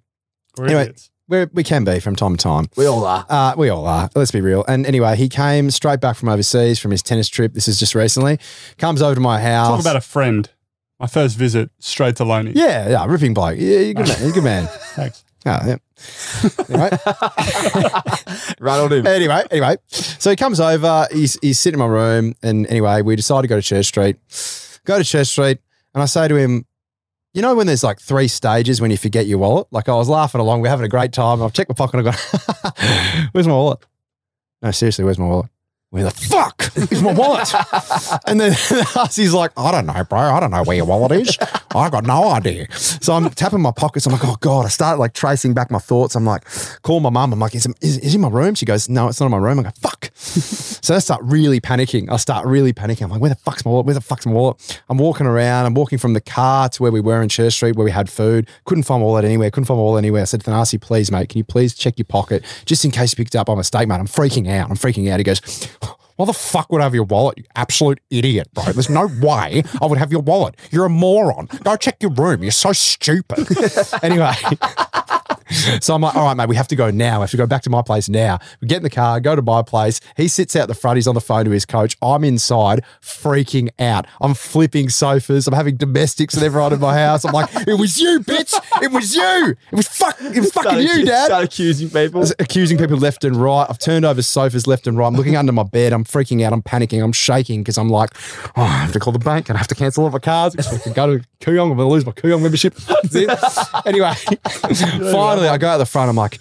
We're
Anyway.
idiots.
We're, we can be from time to time.
We all are.
Uh, we all are. Let's be real. And anyway, he came straight back from overseas from his tennis trip. This is just recently. Comes over to my house.
Talk about a friend. My first visit straight to Loney.
yeah, yeah, ripping bloke. Yeah, you're a good man. You're a good man.
Thanks.
Oh, yeah. Anyway.
Rattled him.
anyway, anyway, so he comes over. He's he's sitting in my room, and anyway, we decide to go to Church Street. Go to Church Street, and I say to him, "You know when there's like three stages when you forget your wallet? Like I was laughing along, we're having a great time. I've checked my pocket. I have gone, where's my wallet? No, seriously, where's my wallet? Where the fuck is my wallet? and then he's like, I don't know, bro. I don't know where your wallet is. I got no idea. So I'm tapping my pockets. I'm like, oh God. I start like tracing back my thoughts. I'm like, call my mum. I'm like, is, is, is it in my room? She goes, no, it's not in my room. I go, fuck. so I start really panicking. I start really panicking. I'm like, where the fuck's my wallet? Where the fuck's my wallet? I'm walking around. I'm walking from the car to where we were in Church Street where we had food. Couldn't find my wallet anywhere. Couldn't find my wallet anywhere. I said, Thanasi, please, mate, can you please check your pocket just in case you picked it up by mistake, mate? I'm freaking out. I'm freaking out. He goes, why the fuck would I have your wallet? You absolute idiot, bro. There's no way I would have your wallet. You're a moron. Go check your room. You're so stupid. anyway. So I'm like, all right, mate, we have to go now. We have to go back to my place now. We get in the car, go to my place. He sits out the front. He's on the phone to his coach. I'm inside, freaking out. I'm flipping sofas. I'm having domestics with everyone in my house. I'm like, it was you, bitch. It was you. It was fuck. It was fucking you, dad
Start accusing people.
accusing people left and right. I've turned over sofas left and right. I'm looking under my bed. I'm freaking out. I'm panicking. I'm shaking because I'm like, oh, I have to call the bank and I have to cancel all my cards. I have to go to Kuyong. I'm going to lose my Kuyong membership. That's it. anyway, finally, I go out the front. I'm like,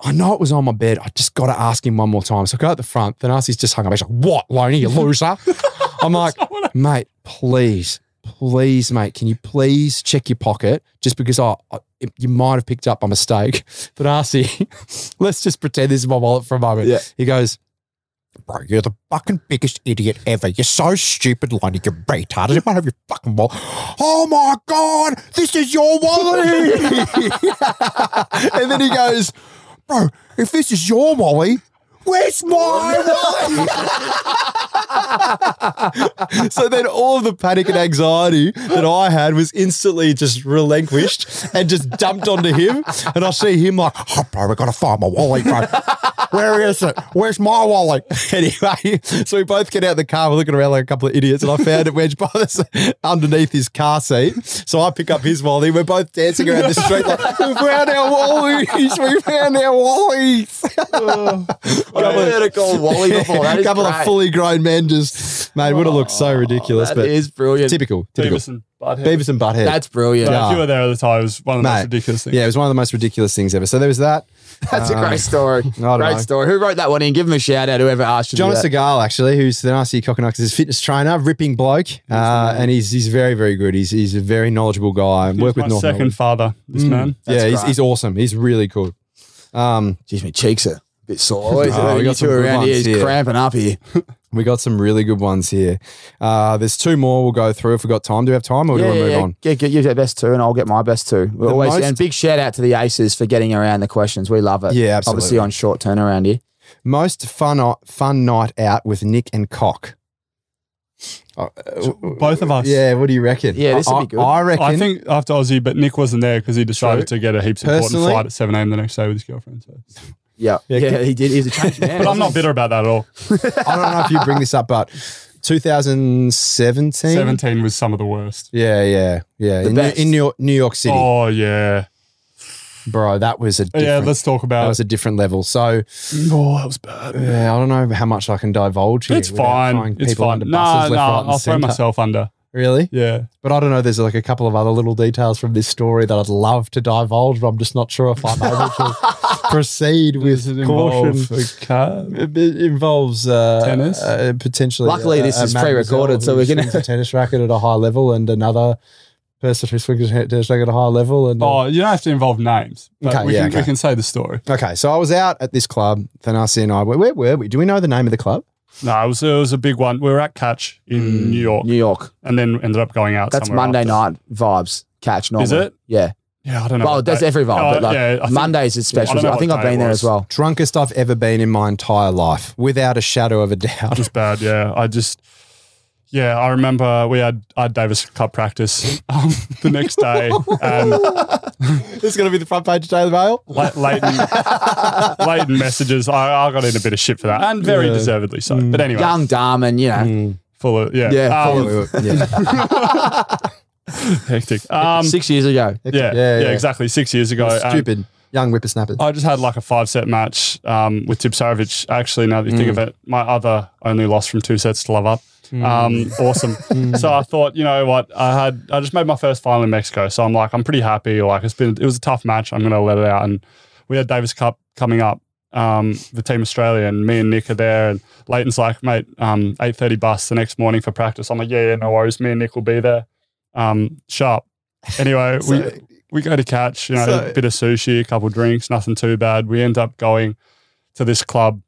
I know it was on my bed. I just got to ask him one more time. So I go out the front. Then Arcee's just hung up. He's like, what, Loney, you loser? I'm like, mate, please, please, mate, can you please check your pocket? Just because I, I you might have picked up by mistake. But Arcee, let's just pretend this is my wallet for a moment.
Yeah.
He goes, Bro, you're the fucking biggest idiot ever. You're so stupid, Lonnie. You're retarded. You might have your fucking wallet. Oh my God, this is your wallet. and then he goes, Bro, if this is your wallet, where's my wallet? so then all of the panic and anxiety that I had was instantly just relinquished and just dumped onto him. And I see him like, oh, bro, we got to find my wallet, bro. Where is it? Where's my wallet? Anyway, so we both get out of the car. We're looking around like a couple of idiots, and I found it wedged by this underneath his car seat. So I pick up his wallet. We're both dancing around the street like, we found our wallies. We found our wallies.
I've never heard it called Wally before. Oh, That
a
is
couple
great. Oh,
of fully grown men just, mate, would have looked so ridiculous.
That
but
is brilliant.
Typical, typical.
Beavis and Butthead.
Beavis and Butthead.
That's brilliant.
But If you were there at the time, it was one of the most
Mate.
ridiculous things.
yeah, it was one of the most ridiculous things ever. So there was that.
That's a great story. Great
don't know.
story. Who wrote that one in? Give him a shout out. Whoever asked you. to do
John
that.
Segal, actually, who's the nasty coconut, is a fitness trainer, ripping bloke, uh, and he's he's very very good. He's he's a very knowledgeable guy. And
He was
work with
my
North
second
Melbourne. Mm.
father, this man.
Yeah, he's,
right.
he's awesome. He's really cool. Um,
Jeez, my cheeks are a bit sore.
Oh, we
Oh,
got
you two
some good
around here
ones
is
here.
cramping up here.
we got some really good ones here. Uh, there's two more we'll go through if we got time. Do we have time, or do we want to move on?
Get, get your best two, and I'll get my best two. We always
most-
and big shout out to the aces for getting around the questions. We love it.
Yeah,
Obviously
absolutely.
on short turnaround here.
Most fun o- fun night out with Nick and Cock. Uh,
Both of us.
Yeah, what do you reckon?
Yeah, this would
I-
be good.
I reckon.
I think after Aussie, but Nick wasn't there because he decided to get a heaps important
Personally-
flight at 7 a.m. the next day with his girlfriend. So.
Yeah, yeah,
Yeah, good.
he did. He's a changed man.
But
wasn't
I'm not
he?
bitter about that at all.
I don't know if you bring this up, but 2017.
17 was some of the worst.
Yeah, yeah, yeah. In New,
best.
in New York, New York City.
Oh, yeah.
bro, that was a different,
yeah, let's talk
that
about
was a different level. So
Oh, that was bad.
yeah, I don't know how much I can divulge here.
It's
without
fine.
throwing
It's
people
fine.
under
Nah,
buses left, right,
nah.
and
I'll throw
centre.
myself under.
Really?
Yeah.
But I don't know. There's like a couple of other little details from this story that I'd love to divulge, but I'm just not sure if I'm able to proceed with caution. It it involves uh,
Tennis?
uh, potentially.
Luckily,
a-
this
a
is
mademoiselle
pre-recorded, so
who
we can-
swings a tennis racket at a high level, and another person who swings a tennis racket at a high level. And uh,
Oh, you don't have to involve names. But
Okay,
we,
yeah,
can, we
okay.
can say the story.
okay, so I was out at this club. Thanasi and I. Where, where were we? Do we know the name of the club?
No, it was, it was a big one. We were at Catch in
Mm.
New York
New York.
and then ended up going out.
That's
somewhere
Monday
after.
night vibes. Catch normally.
it?
Yeah.
Yeah, I don't know.
Well,
what
that's
day-
every vibe,
Oh,
but like
yeah, I think-
Mondays is special.
I don't know
I, think
what
I've
day
been
it
there
was.
as well.
Drunkest I've ever been in my entire life, without a shadow of a doubt.
It was bad. Yeah, I just. Yeah, I remember we had our Davis Cup practice um, the next day, and
it's going to be the front page of Daily Mail.
la- Leighton, Leighton messages. I, I got in a bit of shit for that, and very
Yeah.
deservedly so. But anyway,
Young Darman, you know.
full of yeah,
Yeah, full
um,
yeah.
hectic. Um,
Six years ago.
yeah,
Yeah,
yeah,
yeah.
exactly. Six years ago, and-
Stupid young whippersnappers.
I just had like a five set match um, with Tip Sarovic. Actually, now that you think of it, my other only loss from two sets to love up. Um, awesome. So I thought, you know what, I had I just made my first final in Mexico. So I'm like, I'm pretty happy. Like it's been it was a tough match. I'm gonna let it out. And we had Davis Cup coming up. Um, the team Australia and me and Nick are there and Leighton's like, mate, um, eight thirty bus the next morning for practice. I'm like, Yeah, yeah, no worries. Me and Nick will be there. Um, sharp. Anyway, we
So-
we go to catch, you know,
So-
a bit of sushi, a couple of drinks, nothing too bad. We end up going to this club.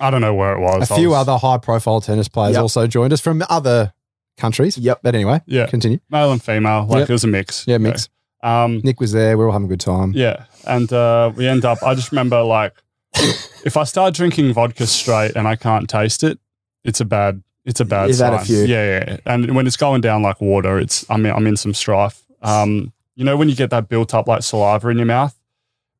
I don't know where it
a
was. I
few
was-
other high profile tennis players
Yep.
also joined us from other countries.
Yep.
But anyway,
Yeah,
continue.
male and female. Like
Yep.
it was a mix.
Yeah, mix.
Um,
Nick was there. We are all having a good time.
yeah. And uh, we end up, I just remember like, if I start drinking vodka straight and I can't taste it, it's a bad, it's a bad
You've had
sign.
a few.
Yeah, yeah. And when it's going down like water, it's, I mean, I'm in some strife. Um, you know, when you get that built up like saliva in your mouth,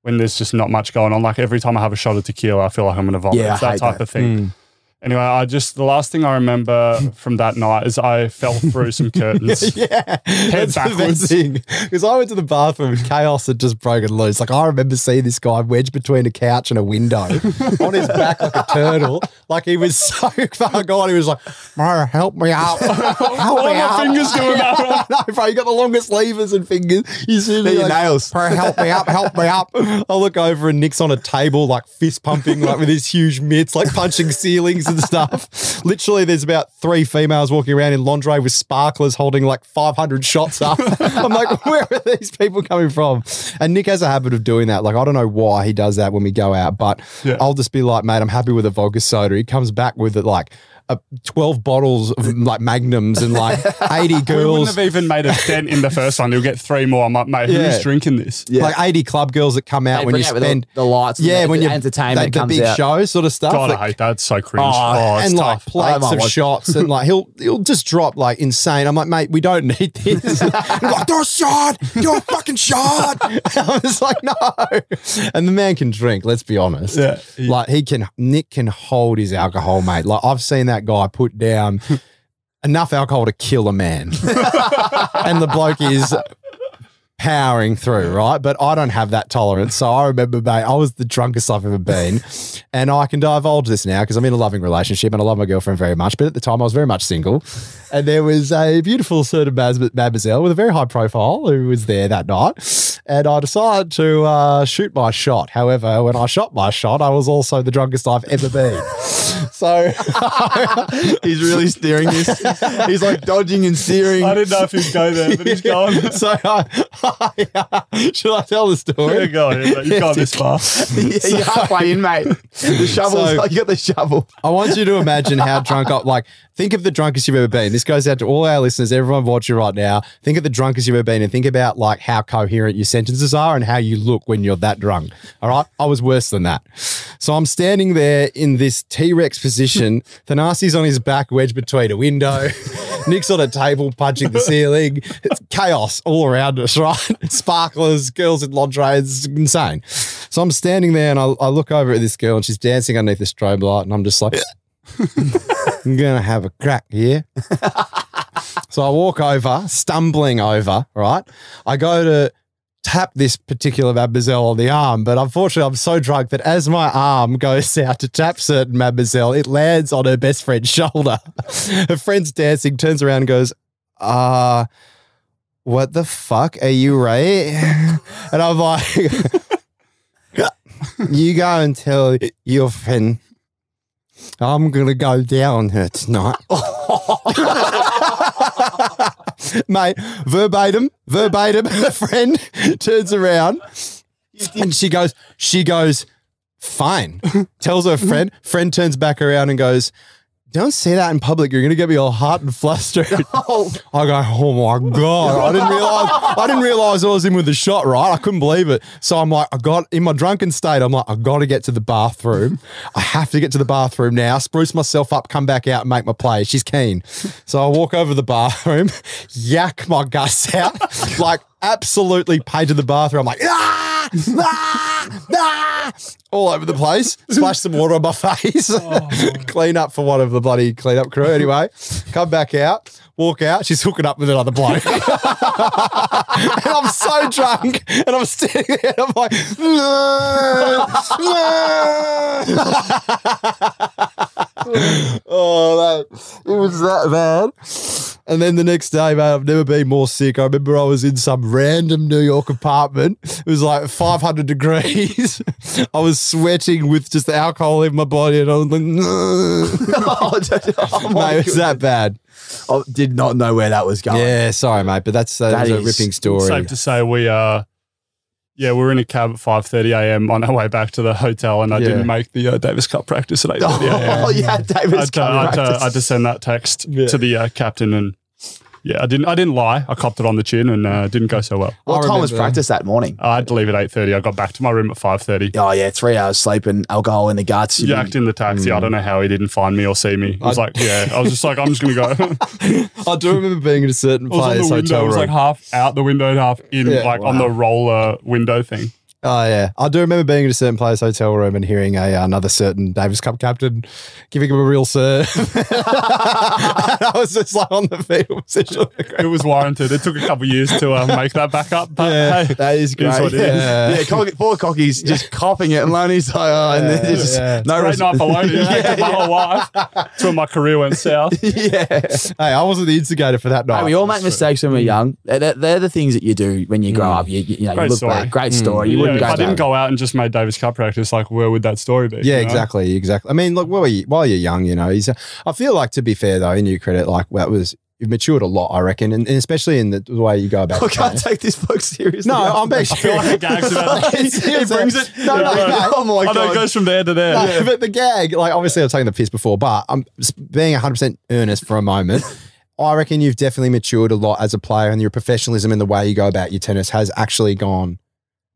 when there's just not much going on, like every time I have a shot of tequila, I feel like I'm going to vomit.
Yeah, I
it's that
hate
type
that.
of thing.
Mm.
Anyway, I just, the last thing I remember from that night is I fell through some curtains.
yeah. That's
backwards.
Because I went to the bathroom and chaos had just broken loose. Like, I remember seeing this guy wedged between a couch and a window on his back like a turtle. Like, he was so far gone. He was like, Bro, help me out. Help
Why
me
are my
out.
fingers doing that?
no, bro, you got the longest levers and fingers. You see me
They're your
like,
nails.
Bro, help me up, help me up. I look over and Nick's on a table, like fist pumping, like with his huge mitts, like punching ceilings and stuff. Literally, there's about three females walking around in lingerie with sparklers holding like 500 shots up. I'm like, where are these people coming from? And Nick has a habit of doing that. Like, I don't know why he does that when we go out, but
Yeah.
I'll just be like, mate, I'm happy with a vodka soda. He comes back with it like, uh, 12 bottles of like magnums and like 80
We wouldn't
girls
have even made a dent in the first one. You'll get three more. I'm like, mate,
Yeah.
who's drinking this?
like 80 club girls that come out
They
when you
bring out with
spend
the, the lights, and
yeah
the,
when
the
you
entertainment
the, the
comes
big
out.
show sort of stuff
God,
like-
I hate that. It's so cringe.
Oh,
Oh, it's
and like
tough.
plates
might
of
watch-
shots and like he'll he'll just drop like insane i'm like mate we don't need this He's like throw a shot throw a fucking shot i was like no and the man can drink let's be honest
Yeah. He-
like he can nick can hold his alcohol mate like i've seen that guy put down enough alcohol to kill a man and the bloke is powering through, right? But I don't have that tolerance. So I remember, mate, I was the drunkest I've ever been. And I can divulge this now because I'm in a loving relationship and I love my girlfriend very much. But at the time, I was very much single. And there was a beautiful sort of mas- mademoiselle with a very high profile who was there that night. And I decided to uh, shoot my shot. However, when I shot my shot, I was also the drunkest I've ever been. so
He's really steering this. He's like dodging and steering.
I didn't know if he'd go there, but he's gone.
so I, should I tell the story?
You're going, but you've gone this far.
You're halfway in, mate. The shovel's
So-
like you got the shovel.
I want you to imagine how drunk I like. Think of the drunkest you've ever been. This goes out to all our listeners, everyone watching right now. Think of the drunkest you've ever been, and think about like how coherent your sentences are and how you look when you're that drunk. All right, I was worse than that. So I'm standing there in this T Rex position. Thanasi's on his back, wedged between a window. Nick's on a table punching the ceiling. It's chaos all around us, right? Sparklers, girls in lingerie, it's insane. So I'm standing there and I, I look over at this girl and she's dancing underneath the strobe light, and I'm just like, I'm gonna have a crack here. so I walk over, stumbling over, right? I go to tap this particular Mademoiselle on the arm, but unfortunately, I'm so drunk that as my arm goes out to tap certain Mademoiselle, it lands on her best friend's shoulder. her friend's dancing, turns around and goes, uh, what the fuck are you, Ray? and I'm like, you go and tell your friend, I'm going to go down her tonight. Mate, verbatim, verbatim, her friend turns around and she goes, she goes, fine. Tells her friend, friend turns back around and goes, don't say that in public. You're going to get me all hot and flustered. I go, oh my god! I didn't realize. I didn't realize I was in with the shot. Right? I couldn't believe it. So I'm like, I got in my drunken state. I'm like, I got to get to the bathroom. I have to get to the bathroom now. Spruce myself up, come back out, and make my play. She's keen. So I walk over to the bathroom, yak my guts out, like absolutely painted the bathroom. I'm like, ah, ah, ah, all over the place. Splash some water on my face. clean up for one of the bloody clean up crew. Anyway, come back out, walk out. She's hooking up with another bloke. and I'm so drunk, and I'm standing there. And I'm like, no, no. oh, that, it was that bad. And then the next day, mate, I've never been more sick. I remember I was in some random New York apartment. It was like 500 degrees. I was sweating with just the alcohol in my body, and I was like, no.
oh,
mate, it was that bad.
I did not know where that was going.
Yeah, sorry, mate, but that's uh,
That
that, was a
is
ripping story.
Safe to say we uh yeah, we were in a cab at 5:30 a.m. on our way back to the hotel, and I
Yeah.
didn't make the uh, Davis Cup practice at 8:30
Oh,
a.m.
yeah, David's
I'd, uh,
coming
I'd, uh,
practice.
I'd just send that text to the uh, captain, and yeah, I didn't. I didn't lie. I copped it on the chin, and uh, it didn't go so well.
What
I
time was
remember.
practice that morning?
I had to leave at 8:30. I got back to my room at 5:30.
Oh yeah, three hours sleep and alcohol in the guts. You'd be-
Yacked in the taxi. I don't know how he didn't find me or see me. I was like, yeah. I was just like, I'm just gonna go.
I do remember being in a certain
I was on
place.
the window.
hotel
I was
room.
like half out the window and half in,
Yeah,
like on
wow.
the roller window thing.
Oh yeah, I do remember being in a certain place hotel room and hearing a uh, another certain Davis Cup captain giving him a real serve. and I was just like on the field position.
It was warranted. It took a couple of years to uh, make that back up, but hey,
That is great.
what it is.
yeah, yeah cocky, poor cocky's just copping it, and Loney's like, oh, and then just
yeah.
no
great
res-
night for Loney. yeah, my whole life till my career went south.
yeah.
hey, I wasn't the instigator for that night.
Hey, we all make mistakes when we're young. They're, they're- they're the things that you do when you grow up. You, you, you know, you
Mm. Great
look
story.
back.
Mm.
Great story. You
Yeah,
wouldn't
if
go
I didn't
back.
go out and just made Davis Cup practice, like where would that story be?
Yeah,
you know?
exactly, exactly. I mean, look, while you- while you're young, you know, he's. a- I feel like to be fair though, in your credit, like that was you've matured a lot, I reckon, and, and especially in the, the way you go about.
I
it.
can't take this bloke seriously.
No, I'm being
I feel like it gags about that.
It's- it's
it
a-
brings it.
No, no,
Yeah,
no.
right.
Oh my
I know it
god.
goes from there to there.
No, but the gag, like obviously I've taken the piss before, but I'm s- being 100% earnest for a moment. I reckon you've definitely matured a lot as a player and your professionalism and the way you go about your tennis has actually gone.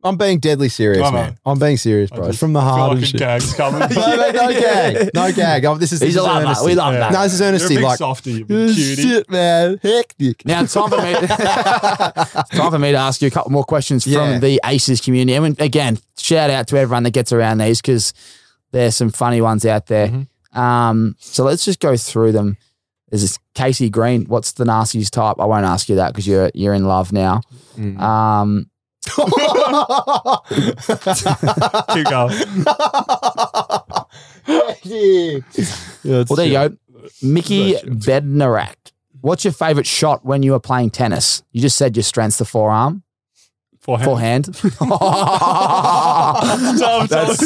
I'm being deadly serious,
Come
man.
on.
I'm being serious,
I
bro.
just
From the
I feel
heart
like
and
a
shit.
gag's coming.
No, no, no
Yeah.
gag. No gag. Oh, this is,
He's a
this is
love
earnesty.
that. We love
Yeah.
that.
No, this is
You're a
earnesty.
big
Like,
softy, you
"Oh,
big cutie.
shit, man. Hectic.
Now it's time for me. it's time for me to ask you a couple more questions from
Yeah.
the Aces community. And when- again, shout out to everyone that gets around these because there's some funny ones out there. Um, so let's just go through them. There's this Casey Green. What's the nastiest type? I won't ask you that because you're you're in love now.
Mm-hmm.
Um,
Keep going.
Yeah, it's
well, there
true.
you go. Mickey Bednarak. What's your favorite shot when you were playing tennis? You just said your strength's the forearm,
Forehand.
forehand.
So I'm telling you.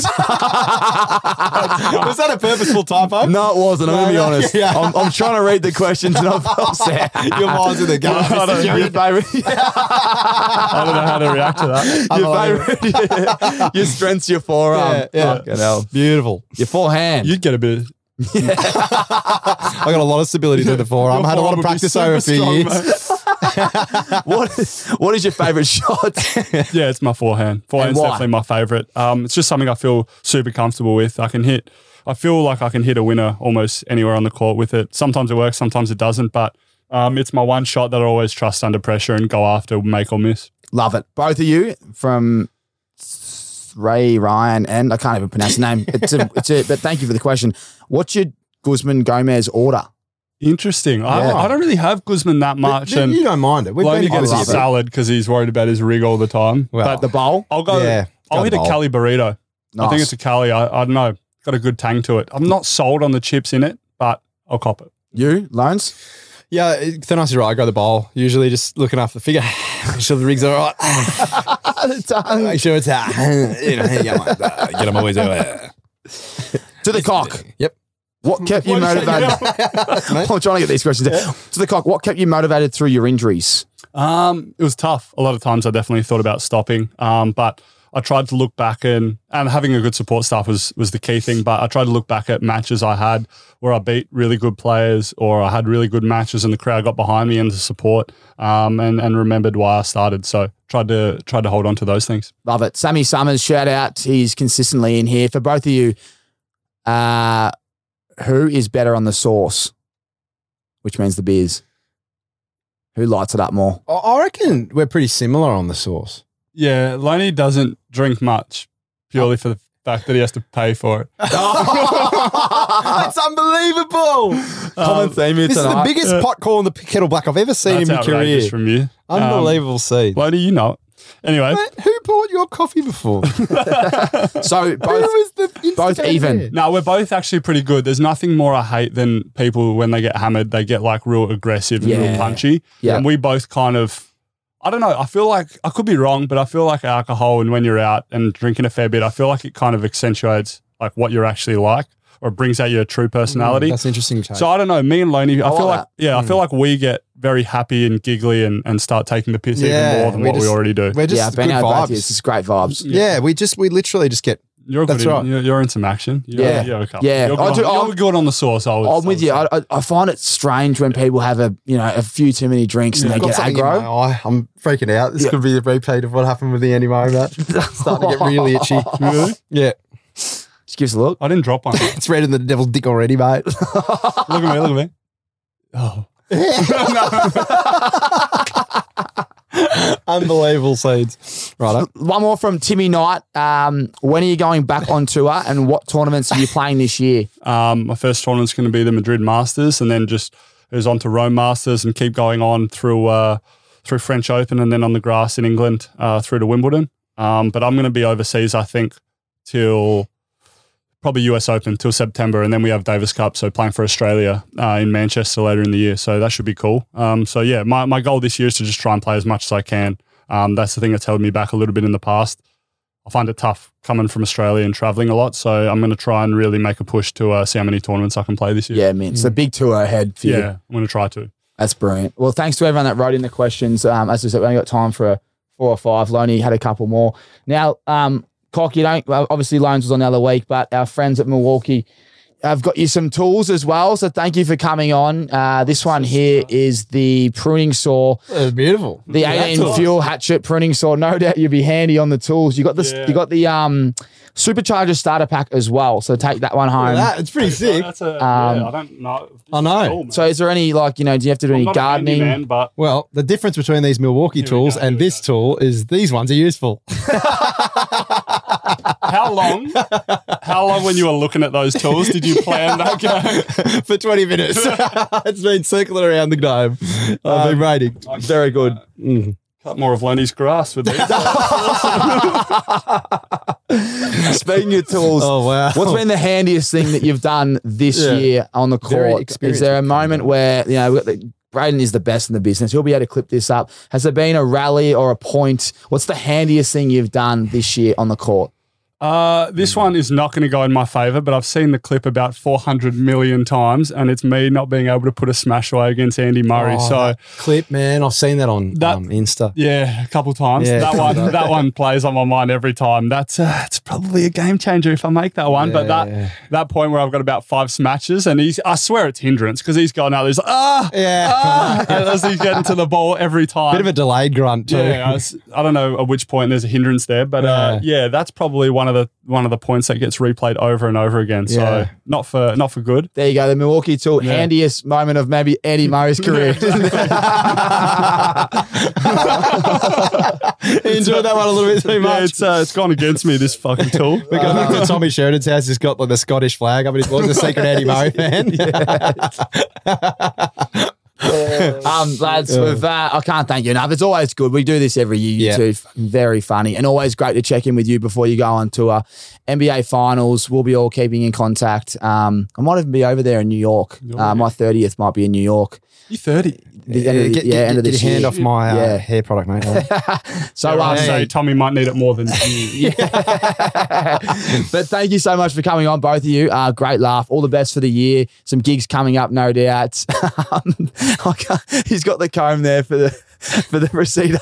Was that a purposeful
Oh.
typo?
No, it wasn't. I'm gonna be
No, no,
honest.
yeah.
I'm, I'm trying to read the questions and I'm upset.
Your mind's in the game.
I don't-
Your favorite,
I don't know how to react to that.
your, favorite your strength's your forearm.
Yeah, yeah.
Fucking hell.
Beautiful.
your forehand.
You'd get a bit.
I got a lot of stability through the forearm.
Your
I had a lot
form
of
would be
practice
super
over a few
strong,
years.
mate.
What what is your favorite shot?
Yeah, it's my forehand. Forehand's
why?
definitely my favorite. Um, it's just something I feel super comfortable with. I can hit. I feel like I can hit a winner almost anywhere on the court with it. Sometimes it works, sometimes it doesn't. But um, it's my one shot that I always trust under pressure and go after, make or miss.
Love it. Both of you from S- Ray Ryan and I can't even pronounce the name. It's a, it's a, but thank you for the question. What's your Guzman Gomez order?
Interesting. I,
Yeah.
I don't really have Guzman that much,
Then
and
you don't mind it. We've
only
been
gets a
honest about it.
salad because he's worried about his rig all the time.
Well,
Uh,
but
The bowl.
I'll go.
yeah,
I'll
go
hit a
bowl.
Cali burrito. I think
Nice.
it's a Cali. I, I don't know. Got a good tang to it. I'm not sold on the chips in it, but I'll cop it.
You, Loans?
Yeah, it- Thanos is right. I go the bowl. Usually just looking after the figure, make sure the rigs are all right.
the tongue.
make sure it's out. you know, yeah, like that.
Get them always out.
To the cock.
Yep.
What kept you
What did you say?
motivated? I'm trying to get these questions. down. To the cock. What kept you motivated through your injuries?
Um, it was tough. A lot of times I definitely thought about stopping. Um, but I tried to look back and and having a good support staff was was the key thing. But I tried to look back at matches I had where I beat really good players or I had really good matches and the crowd got behind me and the support. Um, and and remembered why I started. So tried to tried to hold on to those things.
Love it. Sammy Summers, shout out. He's consistently in here. For both of you, uh, who is better on the sauce? Which means the beers. Who lights it up more?
I- I reckon we're pretty similar on the source.
Yeah, Loney doesn't drink much purely for the fact that he has to pay for it.
That's unbelievable.
Common
theme
Um, This is the biggest
Uh,
pot call in the kettle black I've ever seen in
That's
my
outrageous
career.
from you. Um,
Unbelievable seed.
Loney, you know it. Anyway,
Mate, who bought your coffee before? who
So both
was the
both
instigator?
even.
No, we're both actually pretty good. There's nothing more I hate than people when they get hammered, they get like real aggressive and
Yeah.
real punchy.
Yeah.
And we both kind of, I don't know, I feel like, I could be wrong, but I feel like alcohol and when you're out and drinking a fair bit, I feel like it kind of accentuates like what you're actually like or brings out your true personality.
Mm, That's interesting. Take.
so I don't know, me and Loney, I,
I
feel
like
like, yeah,
Mm.
I feel like we get very happy and giggly and, and start taking the piss
Yeah,
even more than
we
what
just-
we already do.
we're just
yeah, I've been
good
out both
vibes.
years. It's great vibes.
yeah. we just we literally just get
You're
That's
good in,
right.
you're, you're in some action. You're,
Yeah.
You're, a couple.
Yeah.
You're,
I
good
do-
on,
I'm-
you're good on the source. I would, I
I'm
would
with you.
say.
I, I I find it strange when people have a you know a few too many drinks and
Yeah.
they get
I've got something in my
aggro.
eye. I'm freaking out. This could be the repeat of what happened with the NMO match. Starting to get really itchy.
Really?
Yeah,
Just gives a look.
I didn't drop one.
it's red in the devil's dick already, mate.
Look at me, look at me. Oh.
Unbelievable seeds. Right.
One more from Timmy Knight. Um, when are you going back on tour and what tournaments are you playing this year?
Um, my first tournament's going to be the Madrid Masters, and then just it was on to Rome Masters, and keep going on through uh, through French Open, and then on the grass in England uh, through to Wimbledon. Um, but I'm going to be overseas, I think, till probably US Open till September, and then we have Davis Cup, so playing for Australia uh, in Manchester later in the year. So that should be cool. Um, so yeah, my, my goal this year is to just try and play as much as I can. Um, that's the thing that's held me back a little bit in the past. I find it tough coming from Australia and traveling a lot, so I'm going to try and really make a push to uh, see how many tournaments I can play this year.
Yeah, man. It's a big tour ahead for
yeah,
you.
I'm going to try to.
That's brilliant. Well, thanks to everyone that wrote in the questions. Um, as I said, we only got time for a four or five. Loney had a couple more. Now, um, Cock, you don't, well, obviously, Loans was on the other week, but our friends at Milwaukee have got you some tools as well. So thank you for coming on. Uh, this one here is the pruning saw,
Uh,
That's beautiful.
the 18 fuel hatchet pruning saw. No doubt you'll be handy on the tools. You got this,
Yeah.
you got the um, supercharger starter pack as well. So take that one home.
That, it's pretty sick.
Oh, That's a,
Um,
yeah, I don't know.
I know.
So is there any like, you know, do you have to do any gardening?
but
Well, the difference between these Milwaukee
we
tools
go,
and
here we
this tool is these ones are useful.
how long? how long when you were looking at those tools did you plan that game?
for 20 minutes. it's been circling around the globe. I've been waiting.
Very good.
Cut more of Lonnie's grass with these.
Speaking of tools,
Oh, wow.
What's been the handiest thing that you've done this
Yeah.
year on the
Very
court? Is
experienced
there a
with
moment where you know we've got the, Braden is the best in the business? He'll be able to clip this up. Has there been a rally or a point? What's the handiest thing you've done this year on the court?
Uh, this one is not going to go in my favor, but I've seen the clip about 400 million times, and it's me not being able to put a smash away against Andy Murray.
Oh,
so,
that clip, man. I've seen that on
That-
um, Insta.
yeah, a couple times.
Yeah,
that one, that one plays on my mind every time. That's uh, it's probably a game changer if I make that one. But
Yeah.
that that point where I've got about five smashes, and he's I swear it's hindrance because he's going out. He's like ah,
Yeah.
ah, as he's getting to the ball every time.
Bit of a delayed grunt, too.
Yeah, I, was- I don't know at which point there's a hindrance there, but uh, yeah, that's probably one of of the one of the points that gets replayed over and over again. So
Yeah.
not for not for good.
There you go, the Milwaukee Tool
Yeah.
handiest moment of maybe Andy Murray's career.
Enjoyed that one a little bit too
Yeah,
much.
it's uh, it's gone against me. This fucking tool.
We go back to Tommy Sheridan's house. He's got like the Scottish flag. I mean, he was a secret Andy Murray fan.
um, lads, with that, I can't thank you enough. It's always good. We do this every year. You
Yeah.
two, F- very funny, and always great to check in with you before you go on tour. NBA finals, we'll be all keeping in contact. Um, I might even be over there in New York. Uh, my thirtieth might be in New York.
You thirty.
The end of the,
Get-
yeah,
get-
end of
get
this
your hand
year.
off my uh,
Yeah.
hair product, mate. Uh,
So, um,
I say Tommy might need it more than you.
but thank you so much for coming on, both of you. Uh, great laugh. All the best for the year. Some gigs coming up, no doubt. Um, I can't- he's got the comb there for the for the receder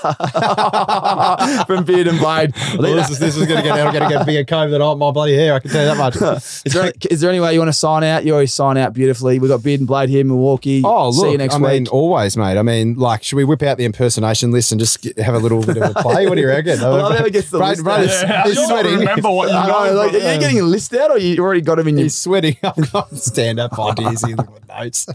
from Beard and Blade. I'll leave
well,
that-
this is this is going to get going to get bigger comb than I- my bloody hair. I can tell you that much.
Is there, is there any way you want to sign out? You always sign out beautifully. We've got Beard and Blade here in Milwaukee.
Oh, look.
See you next
I
week.
mean, always, mate. I mean, like, should we whip out the impersonation list and just get- have a little bit of a play? What do you reckon? I
love how he gets the list out.
Yeah, I don't remember what you
I know,
know.
like, are you getting a list out or you already got him in your
He's sweating. I've got stand up ideas. He's looking at notes.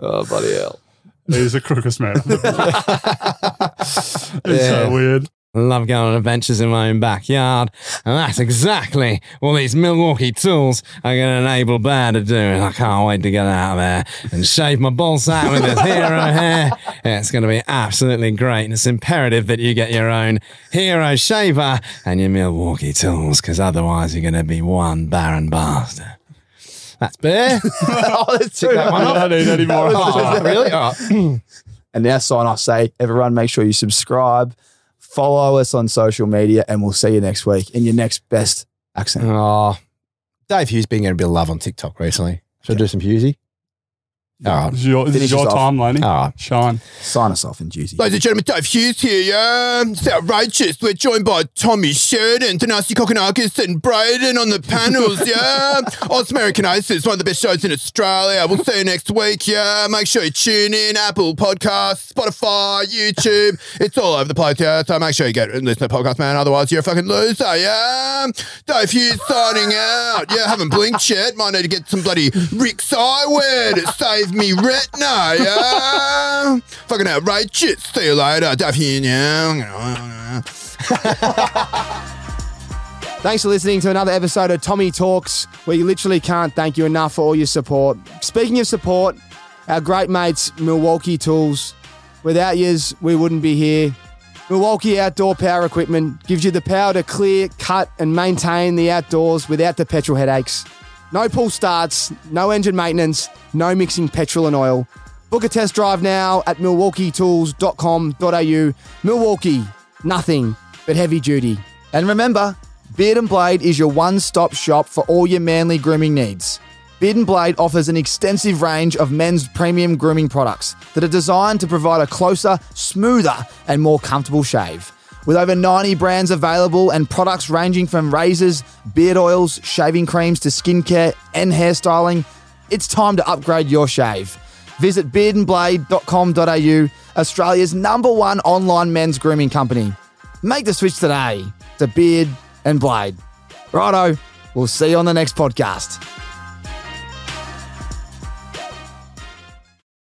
oh, bloody hell.
He's the crookest man. it's
Yeah.
so weird.
Love going on adventures in my own backyard. And that's exactly what these Milwaukee tools are going to enable Bear to do. And I can't wait to get out there and shave my balls out with this hero hair. Yeah, it's going to be absolutely great. And it's imperative that you get your own hero shaver and your Milwaukee tools, because otherwise you're going to be one barren bastard. That's Bear.
oh, that's too
that one
I don't need any more.
Oh, really? Oh,
And now sign off say, everyone make sure you subscribe, follow us on social media, and we'll see you next week in your next best accent.
Oh, Dave Hughes been getting a bit of love on TikTok recently. Should I do some Hughesy? Oh, All right.
This is your, this
Finish
is your
us off.
time, Laney.
All right.
Shine.
Sign us off in juicy.
Ladies and gentlemen, Dave Hughes here. Yeah, it's outrageous. We're joined by Tommy Sheridan, Thanasi Kokonakis, and Braden on the panels. Yeah, Oz American Aces, one of the best shows in Australia. We'll see you next week. Yeah, make sure you tune in. Apple Podcasts, Spotify, YouTube. It's all over the place. Yeah, so make sure you get and listen to the podcast, man. Otherwise, you're a fucking loser. Yeah, Dave Hughes signing out. Yeah, haven't blinked yet. Might need to get some bloody Rick's eyewear to save me retina. Yeah, fucking outrageous. See you later, Dave Hughes. Yeah.
Thanks for listening to another episode of Tommy Talks. We literally can't thank you enough for all your support. Speaking of support, our great mates, Milwaukee Tools. Without yous, we wouldn't be here. Milwaukee Outdoor Power Equipment gives you the power to clear, cut, and maintain the outdoors without the petrol headaches. No pull starts, no engine maintenance, no mixing petrol and oil. Book a test drive now at milwaukeetools.com.au. Milwaukee, nothing but heavy duty. And remember, Beard and Blade is your one stop shop for all your manly grooming needs. Beard and Blade offers an extensive range of men's premium grooming products that are designed to provide a closer, smoother, and more comfortable shave. With over 90 brands available and products ranging from razors, beard oils, shaving creams to skincare and hairstyling, it's time to upgrade your shave. Visit beardandblade.com.au, Australia's number one online men's grooming company. Make the switch today to Beard and Blade. Righto, we'll see you on the next podcast.